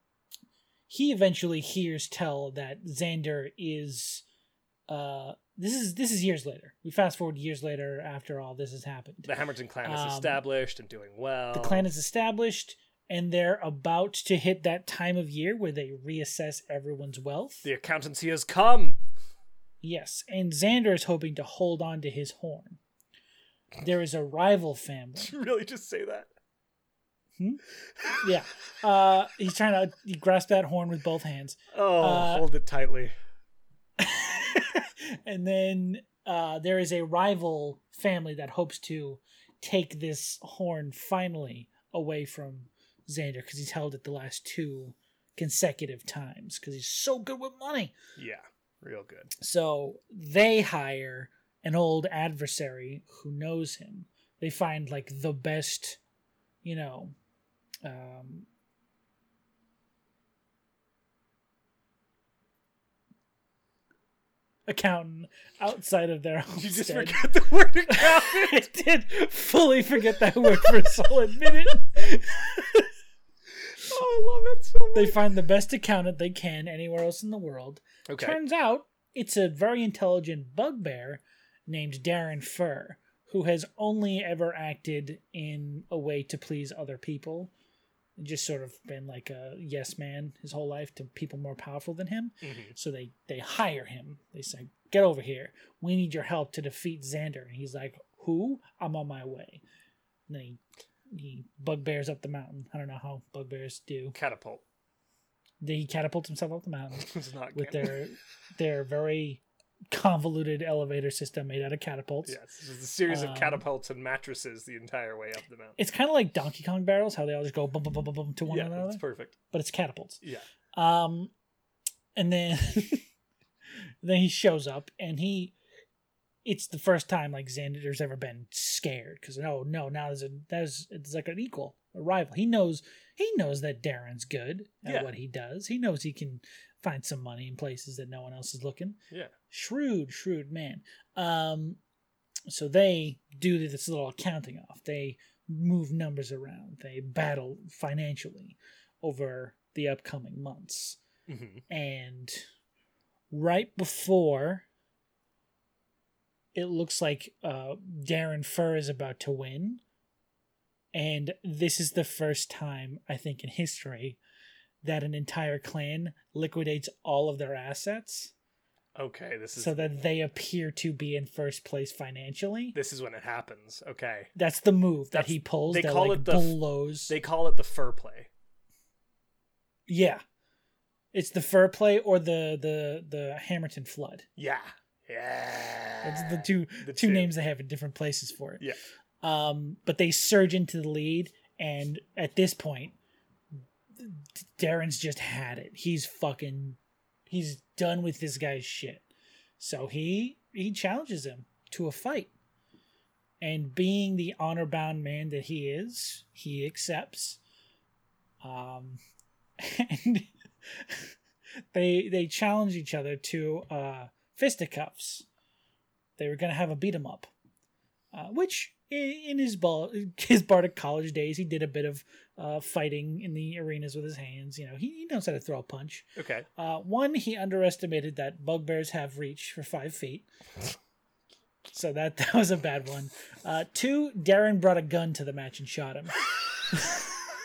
Speaker 1: he eventually hears tell that Xander is. Uh, this is this is years later. We fast forward years later after all this has happened.
Speaker 2: The Hammerton clan
Speaker 1: Um,
Speaker 2: is established and doing well.
Speaker 1: the clan is established and they're about to hit that time of year where they reassess everyone's wealth.
Speaker 2: the accountancy has come.
Speaker 1: Yes, and Xander is hoping to hold on to his horn. There is a rival family.
Speaker 2: Did you really just say that?
Speaker 1: Yeah. Uh, he's trying to grasp that horn with both hands.
Speaker 2: Oh,
Speaker 1: Uh,
Speaker 2: hold it tightly.
Speaker 1: and then uh, there is a rival family that hopes to take this horn finally away from Xander because he's held it the last two consecutive times because he's so good with money.
Speaker 2: Yeah, real good.
Speaker 1: So they hire an old adversary who knows him. They find like the best, you know, um, accountant outside of their
Speaker 2: You just
Speaker 1: homestead.
Speaker 2: forget the word accountant.
Speaker 1: I did fully forget that word for a solid minute.
Speaker 2: oh, I love it so much.
Speaker 1: They find the best accountant they can anywhere else in the world,
Speaker 2: okay.
Speaker 1: Turns out it's a very intelligent bugbear named Darren Fur, who has only ever acted in a way to please other people. Just sort of been like a yes man his whole life to people more powerful than him.
Speaker 2: Mhm.
Speaker 1: So they they hire him. They say, "Get over here. We need your help to defeat Xander." And he's like, "Who? I'm on my way." And then he, he bugbears up the mountain. I don't know how bugbears do.
Speaker 2: Catapult.
Speaker 1: Then he catapults himself up the mountain
Speaker 2: it's not
Speaker 1: with
Speaker 2: good.
Speaker 1: their their very convoluted elevator system made out of catapults.
Speaker 2: Yes, it's just a series
Speaker 1: Um,
Speaker 2: of catapults and mattresses the entire way up the mountain.
Speaker 1: It's kind of like Donkey Kong barrels, how they all just go bum bum bum bum bum to one
Speaker 2: yeah,
Speaker 1: another,
Speaker 2: it's perfect.
Speaker 1: but it's catapults.
Speaker 2: Yeah.
Speaker 1: Um, and then then he shows up, and he it's the first time like Xander's ever been scared because no, no, now there's a there's it's like an equal, a rival. He knows he knows that Darren's good at
Speaker 2: Yeah.
Speaker 1: what he does. He knows he can find some money in places that no one else is looking.
Speaker 2: Yeah.
Speaker 1: shrewd, shrewd man. Um, so they do this little accounting off. They move numbers around. They battle financially over the upcoming months.
Speaker 2: hmm
Speaker 1: and right before it looks like uh, Darren Fur is about to win, and this is the first time I think in history that an entire clan liquidates all of their assets
Speaker 2: Okay, this is
Speaker 1: so that they appear to be in first place financially.
Speaker 2: this is when it happens. Okay,
Speaker 1: That's the move that
Speaker 2: That's-
Speaker 1: he pulls.
Speaker 2: they
Speaker 1: that
Speaker 2: call
Speaker 1: like
Speaker 2: it the-
Speaker 1: blows.
Speaker 2: they call it the fur play.
Speaker 1: yeah, it's the fur play or the the the Hamilton flood.
Speaker 2: Yeah, yeah.
Speaker 1: That's the two
Speaker 2: The
Speaker 1: two names they have in different places for it.
Speaker 2: Yeah.
Speaker 1: Um, but they surge into the lead, and at this point, D- Darren's just had it. He's fucking, he's done with this guy's shit. So he he challenges him to a fight, and being the honor bound man that he is, he accepts. Um, and they they challenge each other to uh, fisticuffs. They were gonna have a beat 'em up, uh, which in, in his ball his Bardic college days he did a bit of uh, fighting in the arenas with his hands. You know he, he knows how to throw a punch.
Speaker 2: Okay.
Speaker 1: Uh, one he underestimated that bugbears have reach for five feet. So that, that was a bad one. Uh, two, Darren brought a gun to the match and shot him.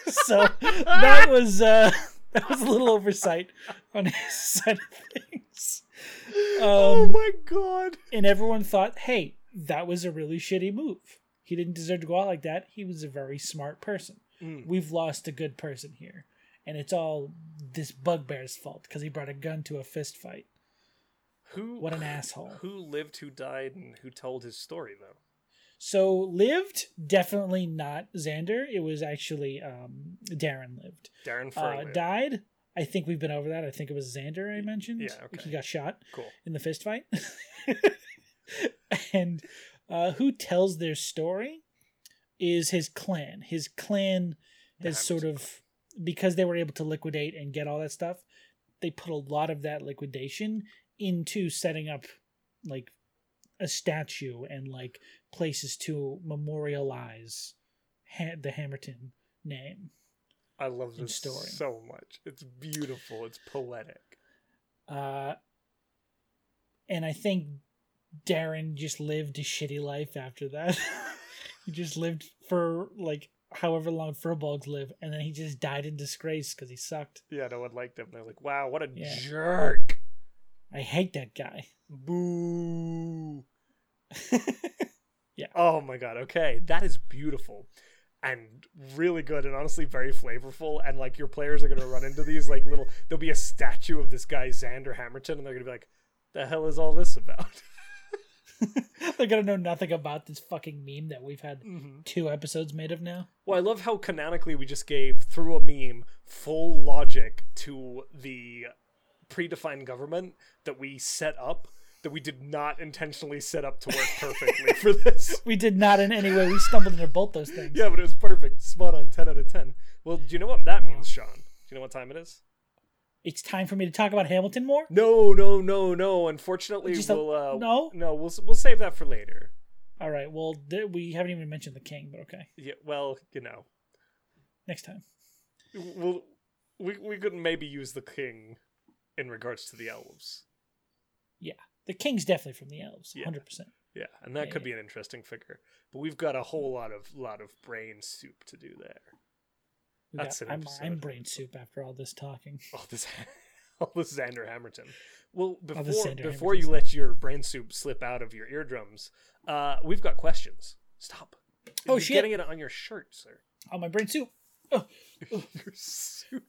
Speaker 1: so that was uh, that was a little oversight on his side of things.
Speaker 2: oh
Speaker 1: um,
Speaker 2: my god.
Speaker 1: And everyone thought, hey, that was a really shitty move. He didn't deserve to go out like that. He was a very smart person.
Speaker 2: Mm.
Speaker 1: We've lost a good person here. And it's all this bugbear's fault because he brought a gun to a fist fight.
Speaker 2: Who?
Speaker 1: What an asshole.
Speaker 2: Who lived? Who died? And who told his story though?
Speaker 1: So lived, definitely not Xander. It was actually um, Darren lived.
Speaker 2: Darren Fur.
Speaker 1: Uh,
Speaker 2: lived.
Speaker 1: died. I think we've been over that. I think it was Xander I mentioned.
Speaker 2: Yeah, okay.
Speaker 1: He got shot
Speaker 2: cool.
Speaker 1: in the fist fight. and uh, who tells their story is his clan. His clan
Speaker 2: Yeah,
Speaker 1: has
Speaker 2: I'm
Speaker 1: sort of because they were able to liquidate and get all that stuff, they put a lot of that liquidation into setting up like a statue and like places to memorialize ha- the Hammerton name.
Speaker 2: I love
Speaker 1: in
Speaker 2: this
Speaker 1: story.
Speaker 2: so much. It's beautiful. It's poetic.
Speaker 1: Uh, and I think Darren just lived a shitty life after that. he just lived for like however long furballs live, and then he just died in disgrace because he sucked.
Speaker 2: Yeah, no one liked him. They're like, wow, what a
Speaker 1: Yeah.
Speaker 2: jerk.
Speaker 1: I hate that guy.
Speaker 2: Boo.
Speaker 1: Yeah.
Speaker 2: Oh my god. Okay, that is beautiful. And really good, and honestly very flavorful. And like your players are gonna run into these like little. There'll be a statue of this guy Xander Hamilton, and they're gonna be like, "The hell is all this about?"
Speaker 1: They're gonna know nothing about this fucking meme that we've had
Speaker 2: Mhm.
Speaker 1: two episodes made of now.
Speaker 2: Well, I love how canonically we just gave through a meme full logic to the predefined government that we set up that we did not intentionally set up to work perfectly for this.
Speaker 1: We did not in any way. We stumbled into both those things.
Speaker 2: Yeah, but it was perfect. Spot on 10 out of 10. Well, do you know what that means, Sean? Do you know what time it is?
Speaker 1: It's time for me to talk about Hamilton more.
Speaker 2: No, no, no, no. Unfortunately,
Speaker 1: Just a-
Speaker 2: we'll uh,
Speaker 1: no?
Speaker 2: no, we'll we'll save that for later.
Speaker 1: All right. Well, th- we haven't even mentioned the king, but okay.
Speaker 2: Yeah, well, you know,
Speaker 1: Next time.
Speaker 2: we'll, we we could maybe use the king in regards to the elves.
Speaker 1: The king's definitely from the elves.
Speaker 2: Yeah.
Speaker 1: Hundred percent.
Speaker 2: Yeah, and that
Speaker 1: Yeah,
Speaker 2: could
Speaker 1: yeah.
Speaker 2: be an interesting figure. But we've got a whole lot of lot of brain soup to do there.
Speaker 1: We
Speaker 2: That's
Speaker 1: got,
Speaker 2: an
Speaker 1: I'm,
Speaker 2: episode.
Speaker 1: I'm brain soup after all Oh, this talking.
Speaker 2: All this all Oh, this Xander Hamilton. Well, before
Speaker 1: this Xander
Speaker 2: before
Speaker 1: Hammerton
Speaker 2: you let your brain soup slip out of your eardrums, uh, we've got questions. Stop.
Speaker 1: Oh,
Speaker 2: You're
Speaker 1: shit.
Speaker 2: getting it on your shirt, sir.
Speaker 1: Oh, my brain soup. Oh,
Speaker 2: your suit.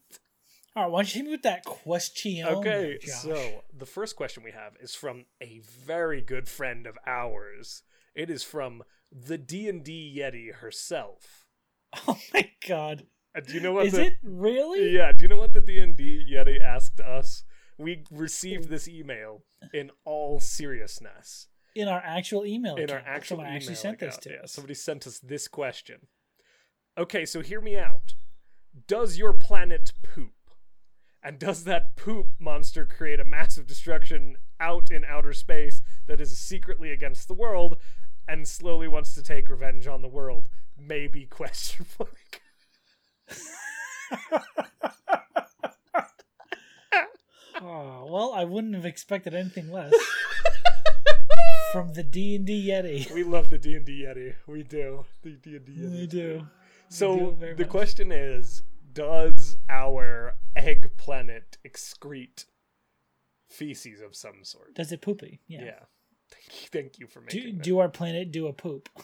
Speaker 1: All right, why don't you hit me with that question? Oh
Speaker 2: Okay,
Speaker 1: Josh?
Speaker 2: so the first question we have is from a very good friend of ours. It is from the D&D Yeti herself.
Speaker 1: Oh my god,
Speaker 2: Uh, do you know what
Speaker 1: is
Speaker 2: the,
Speaker 1: it really?
Speaker 2: Yeah, do you know what the D&D Yeti asked us? We received this email in all seriousness.
Speaker 1: In our actual email,
Speaker 2: In our
Speaker 1: account,
Speaker 2: actual
Speaker 1: someone
Speaker 2: email
Speaker 1: actually sent this
Speaker 2: account,
Speaker 1: to
Speaker 2: yeah,
Speaker 1: us.
Speaker 2: somebody sent us this question. Okay, so hear me out. Does your planet poop? And does that poop monster create a massive destruction out in outer space that is secretly against the world and slowly wants to take revenge on the world? Maybe question mark.
Speaker 1: Oh well, I wouldn't have expected anything less from the D and D Yeti.
Speaker 2: we love the D and D Yeti. We do the D and D Yeti.
Speaker 1: We do. We do
Speaker 2: So
Speaker 1: very
Speaker 2: the
Speaker 1: much.
Speaker 2: question is, does our egg planet excrete feces of some sort?
Speaker 1: Does it poopy? Yeah.
Speaker 2: Thank you, thank you for
Speaker 1: Do
Speaker 2: making that.
Speaker 1: do our planet do a poop?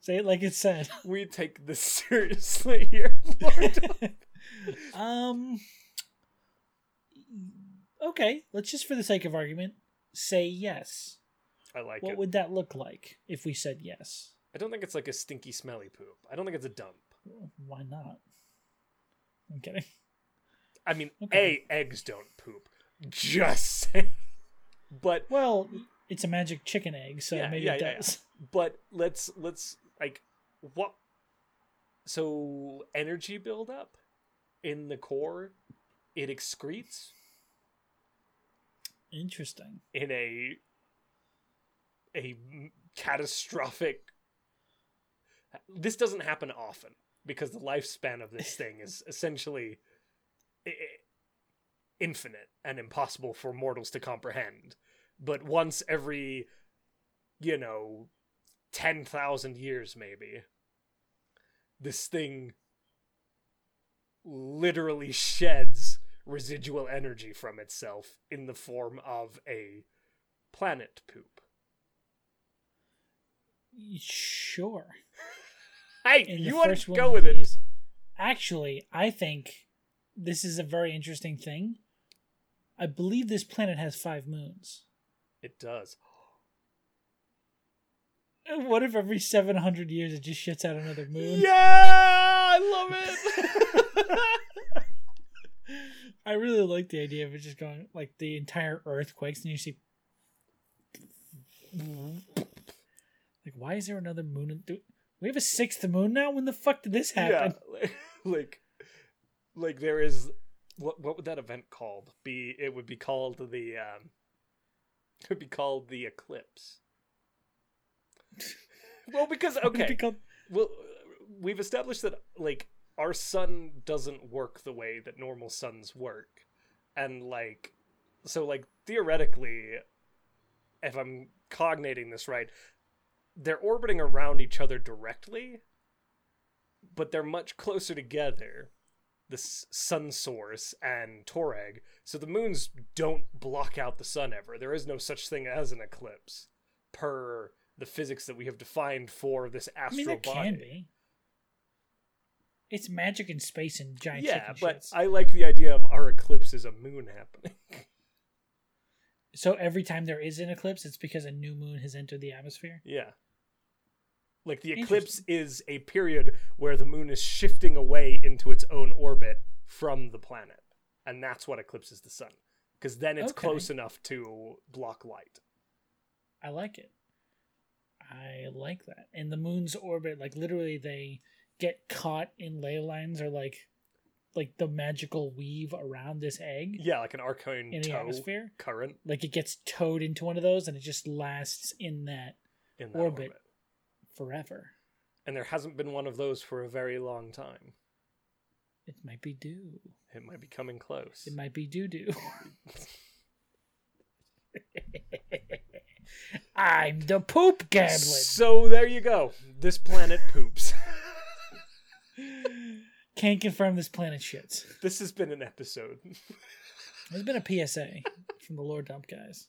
Speaker 1: Say it like it said.
Speaker 2: we take this seriously here, Lord.
Speaker 1: um. Okay, let's just for the sake of argument say yes.
Speaker 2: I like
Speaker 1: what
Speaker 2: it.
Speaker 1: would that look like if we said yes?
Speaker 2: I don't think it's like a stinky, smelly poop. I don't think it's a dump.
Speaker 1: Why not? I'm kidding.
Speaker 2: I mean,
Speaker 1: Okay.
Speaker 2: a eggs don't poop. Just saying. but
Speaker 1: Well, it's a magic chicken egg, so
Speaker 2: Yeah,
Speaker 1: maybe
Speaker 2: yeah,
Speaker 1: it
Speaker 2: yeah, yeah.
Speaker 1: does.
Speaker 2: but let's let's like what so energy buildup in the core it excretes
Speaker 1: Interesting.
Speaker 2: in a a catastrophic this doesn't happen often because the lifespan of this thing is essentially i- i- infinite and impossible for mortals to comprehend but once every you know 10,000 years maybe this thing literally sheds residual energy from itself in the form of a planet poop.
Speaker 1: Sure.
Speaker 2: Hey,
Speaker 1: And the
Speaker 2: you want
Speaker 1: first
Speaker 2: to
Speaker 1: one
Speaker 2: go
Speaker 1: of
Speaker 2: with it?
Speaker 1: these- Actually, I think this is a very interesting thing. I believe this planet has five moons.
Speaker 2: It does.
Speaker 1: What if every 700 years it just shits out another moon?
Speaker 2: Yeah, I love it.
Speaker 1: I really like the idea of it just going like the entire earthquakes and you see like why is there another moon in- do we have a sixth moon now when the fuck did this
Speaker 2: yeah,
Speaker 1: happen
Speaker 2: like, like, like there is. What what would that event called be? It would be called the. Um, it would be called the eclipse. Well, because
Speaker 1: It'd be
Speaker 2: okay,
Speaker 1: called-
Speaker 2: well we've established that like our sun doesn't work the way that normal suns work and like so like theoretically if i'm cognating this right they're orbiting around each other directly but they're much closer together the s- sun source and toreg so the moons don't block out the sun ever there is no such thing as an eclipse per the physics that we have defined for this
Speaker 1: i
Speaker 2: astral
Speaker 1: mean it
Speaker 2: body
Speaker 1: can be it's magic in space and giant
Speaker 2: yeah,
Speaker 1: chicken
Speaker 2: but
Speaker 1: shits.
Speaker 2: I like the idea of our eclipse is a moon happening.
Speaker 1: so every time there is an eclipse it's because a new moon has entered the atmosphere
Speaker 2: yeah. Like the eclipse
Speaker 1: Interesting.
Speaker 2: is a period where the moon is shifting away into its own orbit from the planet. And that's what eclipses the sun. Because then it's
Speaker 1: Okay.
Speaker 2: close enough to block light.
Speaker 1: i like it i like that and the moon's orbit like literally they get caught in ley lines or like like the magical weave around this egg
Speaker 2: Yeah, like an arcane
Speaker 1: in the
Speaker 2: toe
Speaker 1: atmosphere
Speaker 2: current
Speaker 1: like it gets towed into one of those and it just lasts in that
Speaker 2: in that
Speaker 1: Orbit.
Speaker 2: orbit.
Speaker 1: forever
Speaker 2: And there hasn't been one of those for a very long time.
Speaker 1: it might be due
Speaker 2: It might be coming close.
Speaker 1: it might be doo doo i'm the poop gambling
Speaker 2: So there you go. This planet poops.
Speaker 1: can't confirm this planet shits
Speaker 2: this has been an episode.
Speaker 1: There's been a PSA from the Lord Dump guys.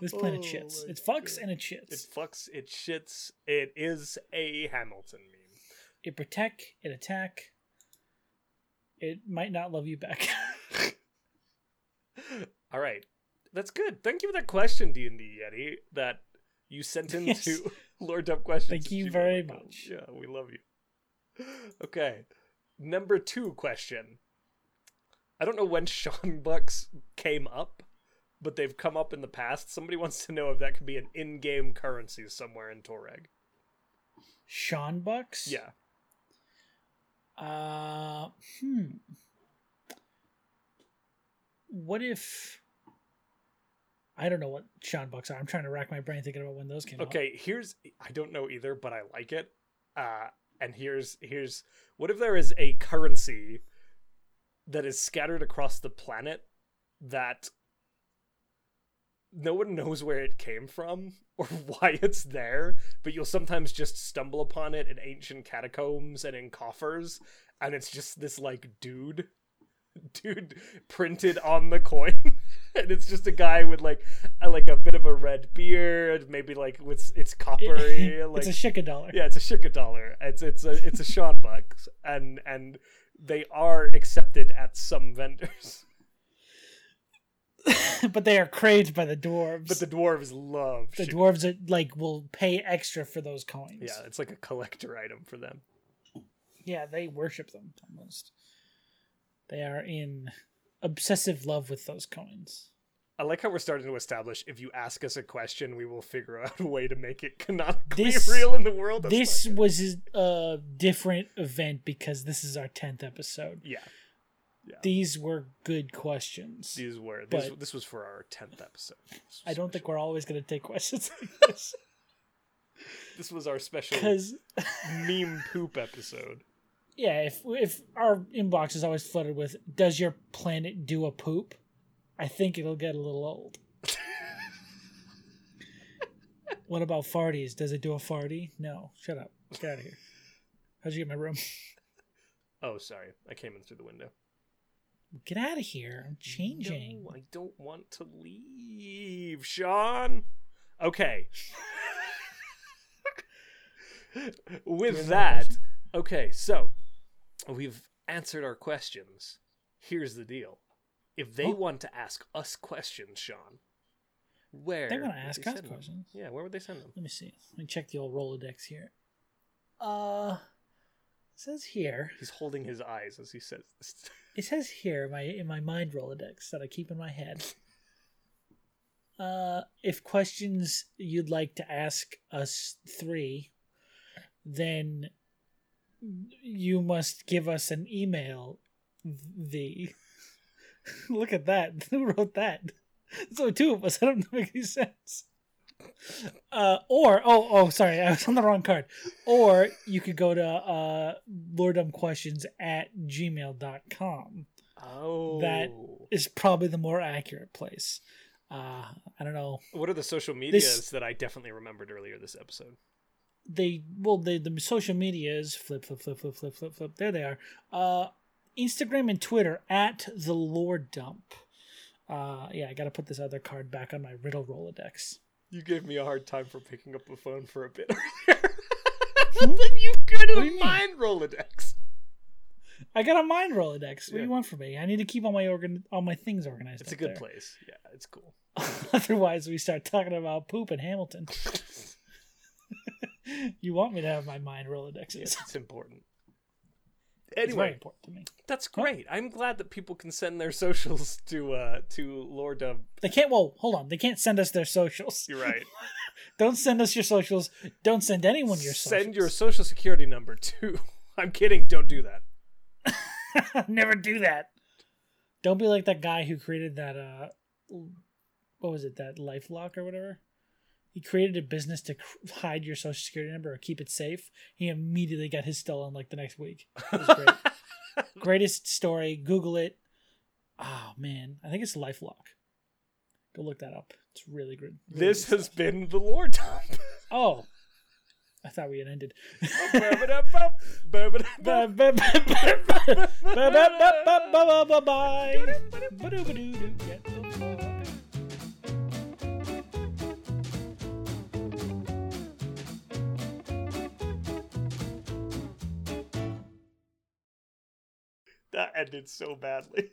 Speaker 1: This planet
Speaker 2: Oh
Speaker 1: shits.
Speaker 2: my
Speaker 1: It fucks
Speaker 2: God.
Speaker 1: and it shits.
Speaker 2: It
Speaker 1: It,
Speaker 2: fucks, it shits, it is a Hamilton meme.
Speaker 1: protect. It attack. It might not love you back.
Speaker 2: All right. That's good. Thank you for that question, D&D Yeti, that you sent in
Speaker 1: Yes.
Speaker 2: to Lord Dump Questions.
Speaker 1: Thank
Speaker 2: at
Speaker 1: you
Speaker 2: gmail.com.
Speaker 1: very much.
Speaker 2: Yeah, we love you. Okay. Number two question. I don't know when Sean Bucks came up, but they've come up in the past. Somebody wants to know if that could be an in-game currency somewhere in Toreg.
Speaker 1: Sean Bucks.
Speaker 2: Yeah.
Speaker 1: Uh. Hmm. What if? I don't know what Sean Bucks are. I'm trying to rack my brain thinking about when those came out.
Speaker 2: Okay, here's I don't know either, but I like it. Uh and here's here's what if there is a currency that is scattered across the planet that no one knows where it came from or why it's there, but you'll sometimes just stumble upon it in ancient catacombs and in coffers, and it's just this like dude, dude printed on the coin, and it's just a guy with like a, like a bit of a red beard, maybe like with it's coppery, like
Speaker 1: it's a shika dollar.
Speaker 2: yeah, it's a shika dollar. It's it's a it's a Sean bucks, and and they are accepted at some vendors.
Speaker 1: but they are craved by the dwarves.
Speaker 2: But the dwarves love
Speaker 1: the
Speaker 2: shik-
Speaker 1: dwarves are, like will pay extra for those coins.
Speaker 2: Yeah, it's like a collector item for them.
Speaker 1: Yeah, they worship them almost. They are in obsessive love with those coins.
Speaker 2: I like how we're starting to establish if you ask us a question, we will figure out a way to make it canonically
Speaker 1: This-
Speaker 2: real in the world. That's
Speaker 1: this
Speaker 2: not good.
Speaker 1: was a different event because this is our 10th episode.
Speaker 2: yeah,
Speaker 1: These were good questions.
Speaker 2: these were this,
Speaker 1: But-
Speaker 2: this was for our tenth episode. This
Speaker 1: I
Speaker 2: was
Speaker 1: don't think
Speaker 2: special.
Speaker 1: we're always going to take questions
Speaker 2: this was our special
Speaker 1: because
Speaker 2: meme poop episode.
Speaker 1: yeah, if if our inbox is always flooded with "Does your planet do a poop?" I think it'll get a little old. what about farties? Does it do a farty? No. Shut up. Get out of here. How'd you get my room?
Speaker 2: Oh, sorry, I came in through the window.
Speaker 1: Get out of here. I'm changing.
Speaker 2: No, I don't want to leave, Sean. Okay.
Speaker 1: Do you
Speaker 2: With
Speaker 1: have another
Speaker 2: that,
Speaker 1: question?
Speaker 2: okay, so we've answered our questions. Here's the deal. If they
Speaker 1: Oh.
Speaker 2: want to ask us questions, Sean, where
Speaker 1: They want
Speaker 2: would
Speaker 1: to ask
Speaker 2: send
Speaker 1: us
Speaker 2: them?
Speaker 1: questions.
Speaker 2: Yeah, where would they send them?
Speaker 1: Let me see. Let me check the old Rolodex here. Uh, it says here.
Speaker 2: He's holding his eyes as he says this.
Speaker 1: It says here in my in my mind Rolodex that I keep in my head. Uh, if questions you'd like to ask us three, then you must give us an email. The look at that. Who wrote that? So two of us. That doesn't make any sense. Uh, or oh oh sorry, I was on the wrong card. Or you could go to uh, lordomquestions at gmail.com
Speaker 2: Oh.
Speaker 1: is probably the more accurate place. Uh, I don't know.
Speaker 2: What are the social medias
Speaker 1: This-
Speaker 2: that I definitely remembered earlier this episode?
Speaker 1: They well, they, the social medias flip flip flip flip flip flip flip. There they are. Uh, Instagram and Twitter at the Lord Dump. Uh, yeah, I got to put this other card back on my riddle Rolodex.
Speaker 2: You gave me a hard time for picking up the phone for a bit earlier. but you
Speaker 1: Hmm? What
Speaker 2: could
Speaker 1: do
Speaker 2: have
Speaker 1: you mean?
Speaker 2: mind Rolodex.
Speaker 1: I got a mind Rolodex. What do
Speaker 2: Yeah.
Speaker 1: you want from me? I need to keep all my organ, all my things organized.
Speaker 2: It's a
Speaker 1: up
Speaker 2: good
Speaker 1: there.
Speaker 2: place. Yeah, it's cool.
Speaker 1: Otherwise, we start talking about poop and Hamilton. you want me to have my mind Rolodexes?
Speaker 2: Yes, it's important.
Speaker 1: It's very
Speaker 2: Anyway,
Speaker 1: important to me.
Speaker 2: that's great. I'm glad that people can send their socials to uh to Lord of
Speaker 1: They can't. Well, hold on. They can't send us their socials.
Speaker 2: You're right.
Speaker 1: Don't send us your socials. Don't send anyone your socials.
Speaker 2: send your social security number too. I'm kidding, don't do that.
Speaker 1: Never do that. Don't be like that guy who created that. uh What was it? That LifeLock or whatever. He created a business to cr- hide your social security number or keep it safe. He immediately got his stolen like the next week. It was great. Greatest story. Google it. Oh man, I think it's LifeLock. Go look that up. It's really good. really
Speaker 2: this
Speaker 1: good
Speaker 2: has
Speaker 1: stuff.
Speaker 2: been the Lord Dump.
Speaker 1: Oh, I thought we had ended.
Speaker 2: Ba-ba-da-bop, ba-ba-da-bop.
Speaker 1: Bye bye bye bye bye bye bye bye bye.
Speaker 2: That ended so badly.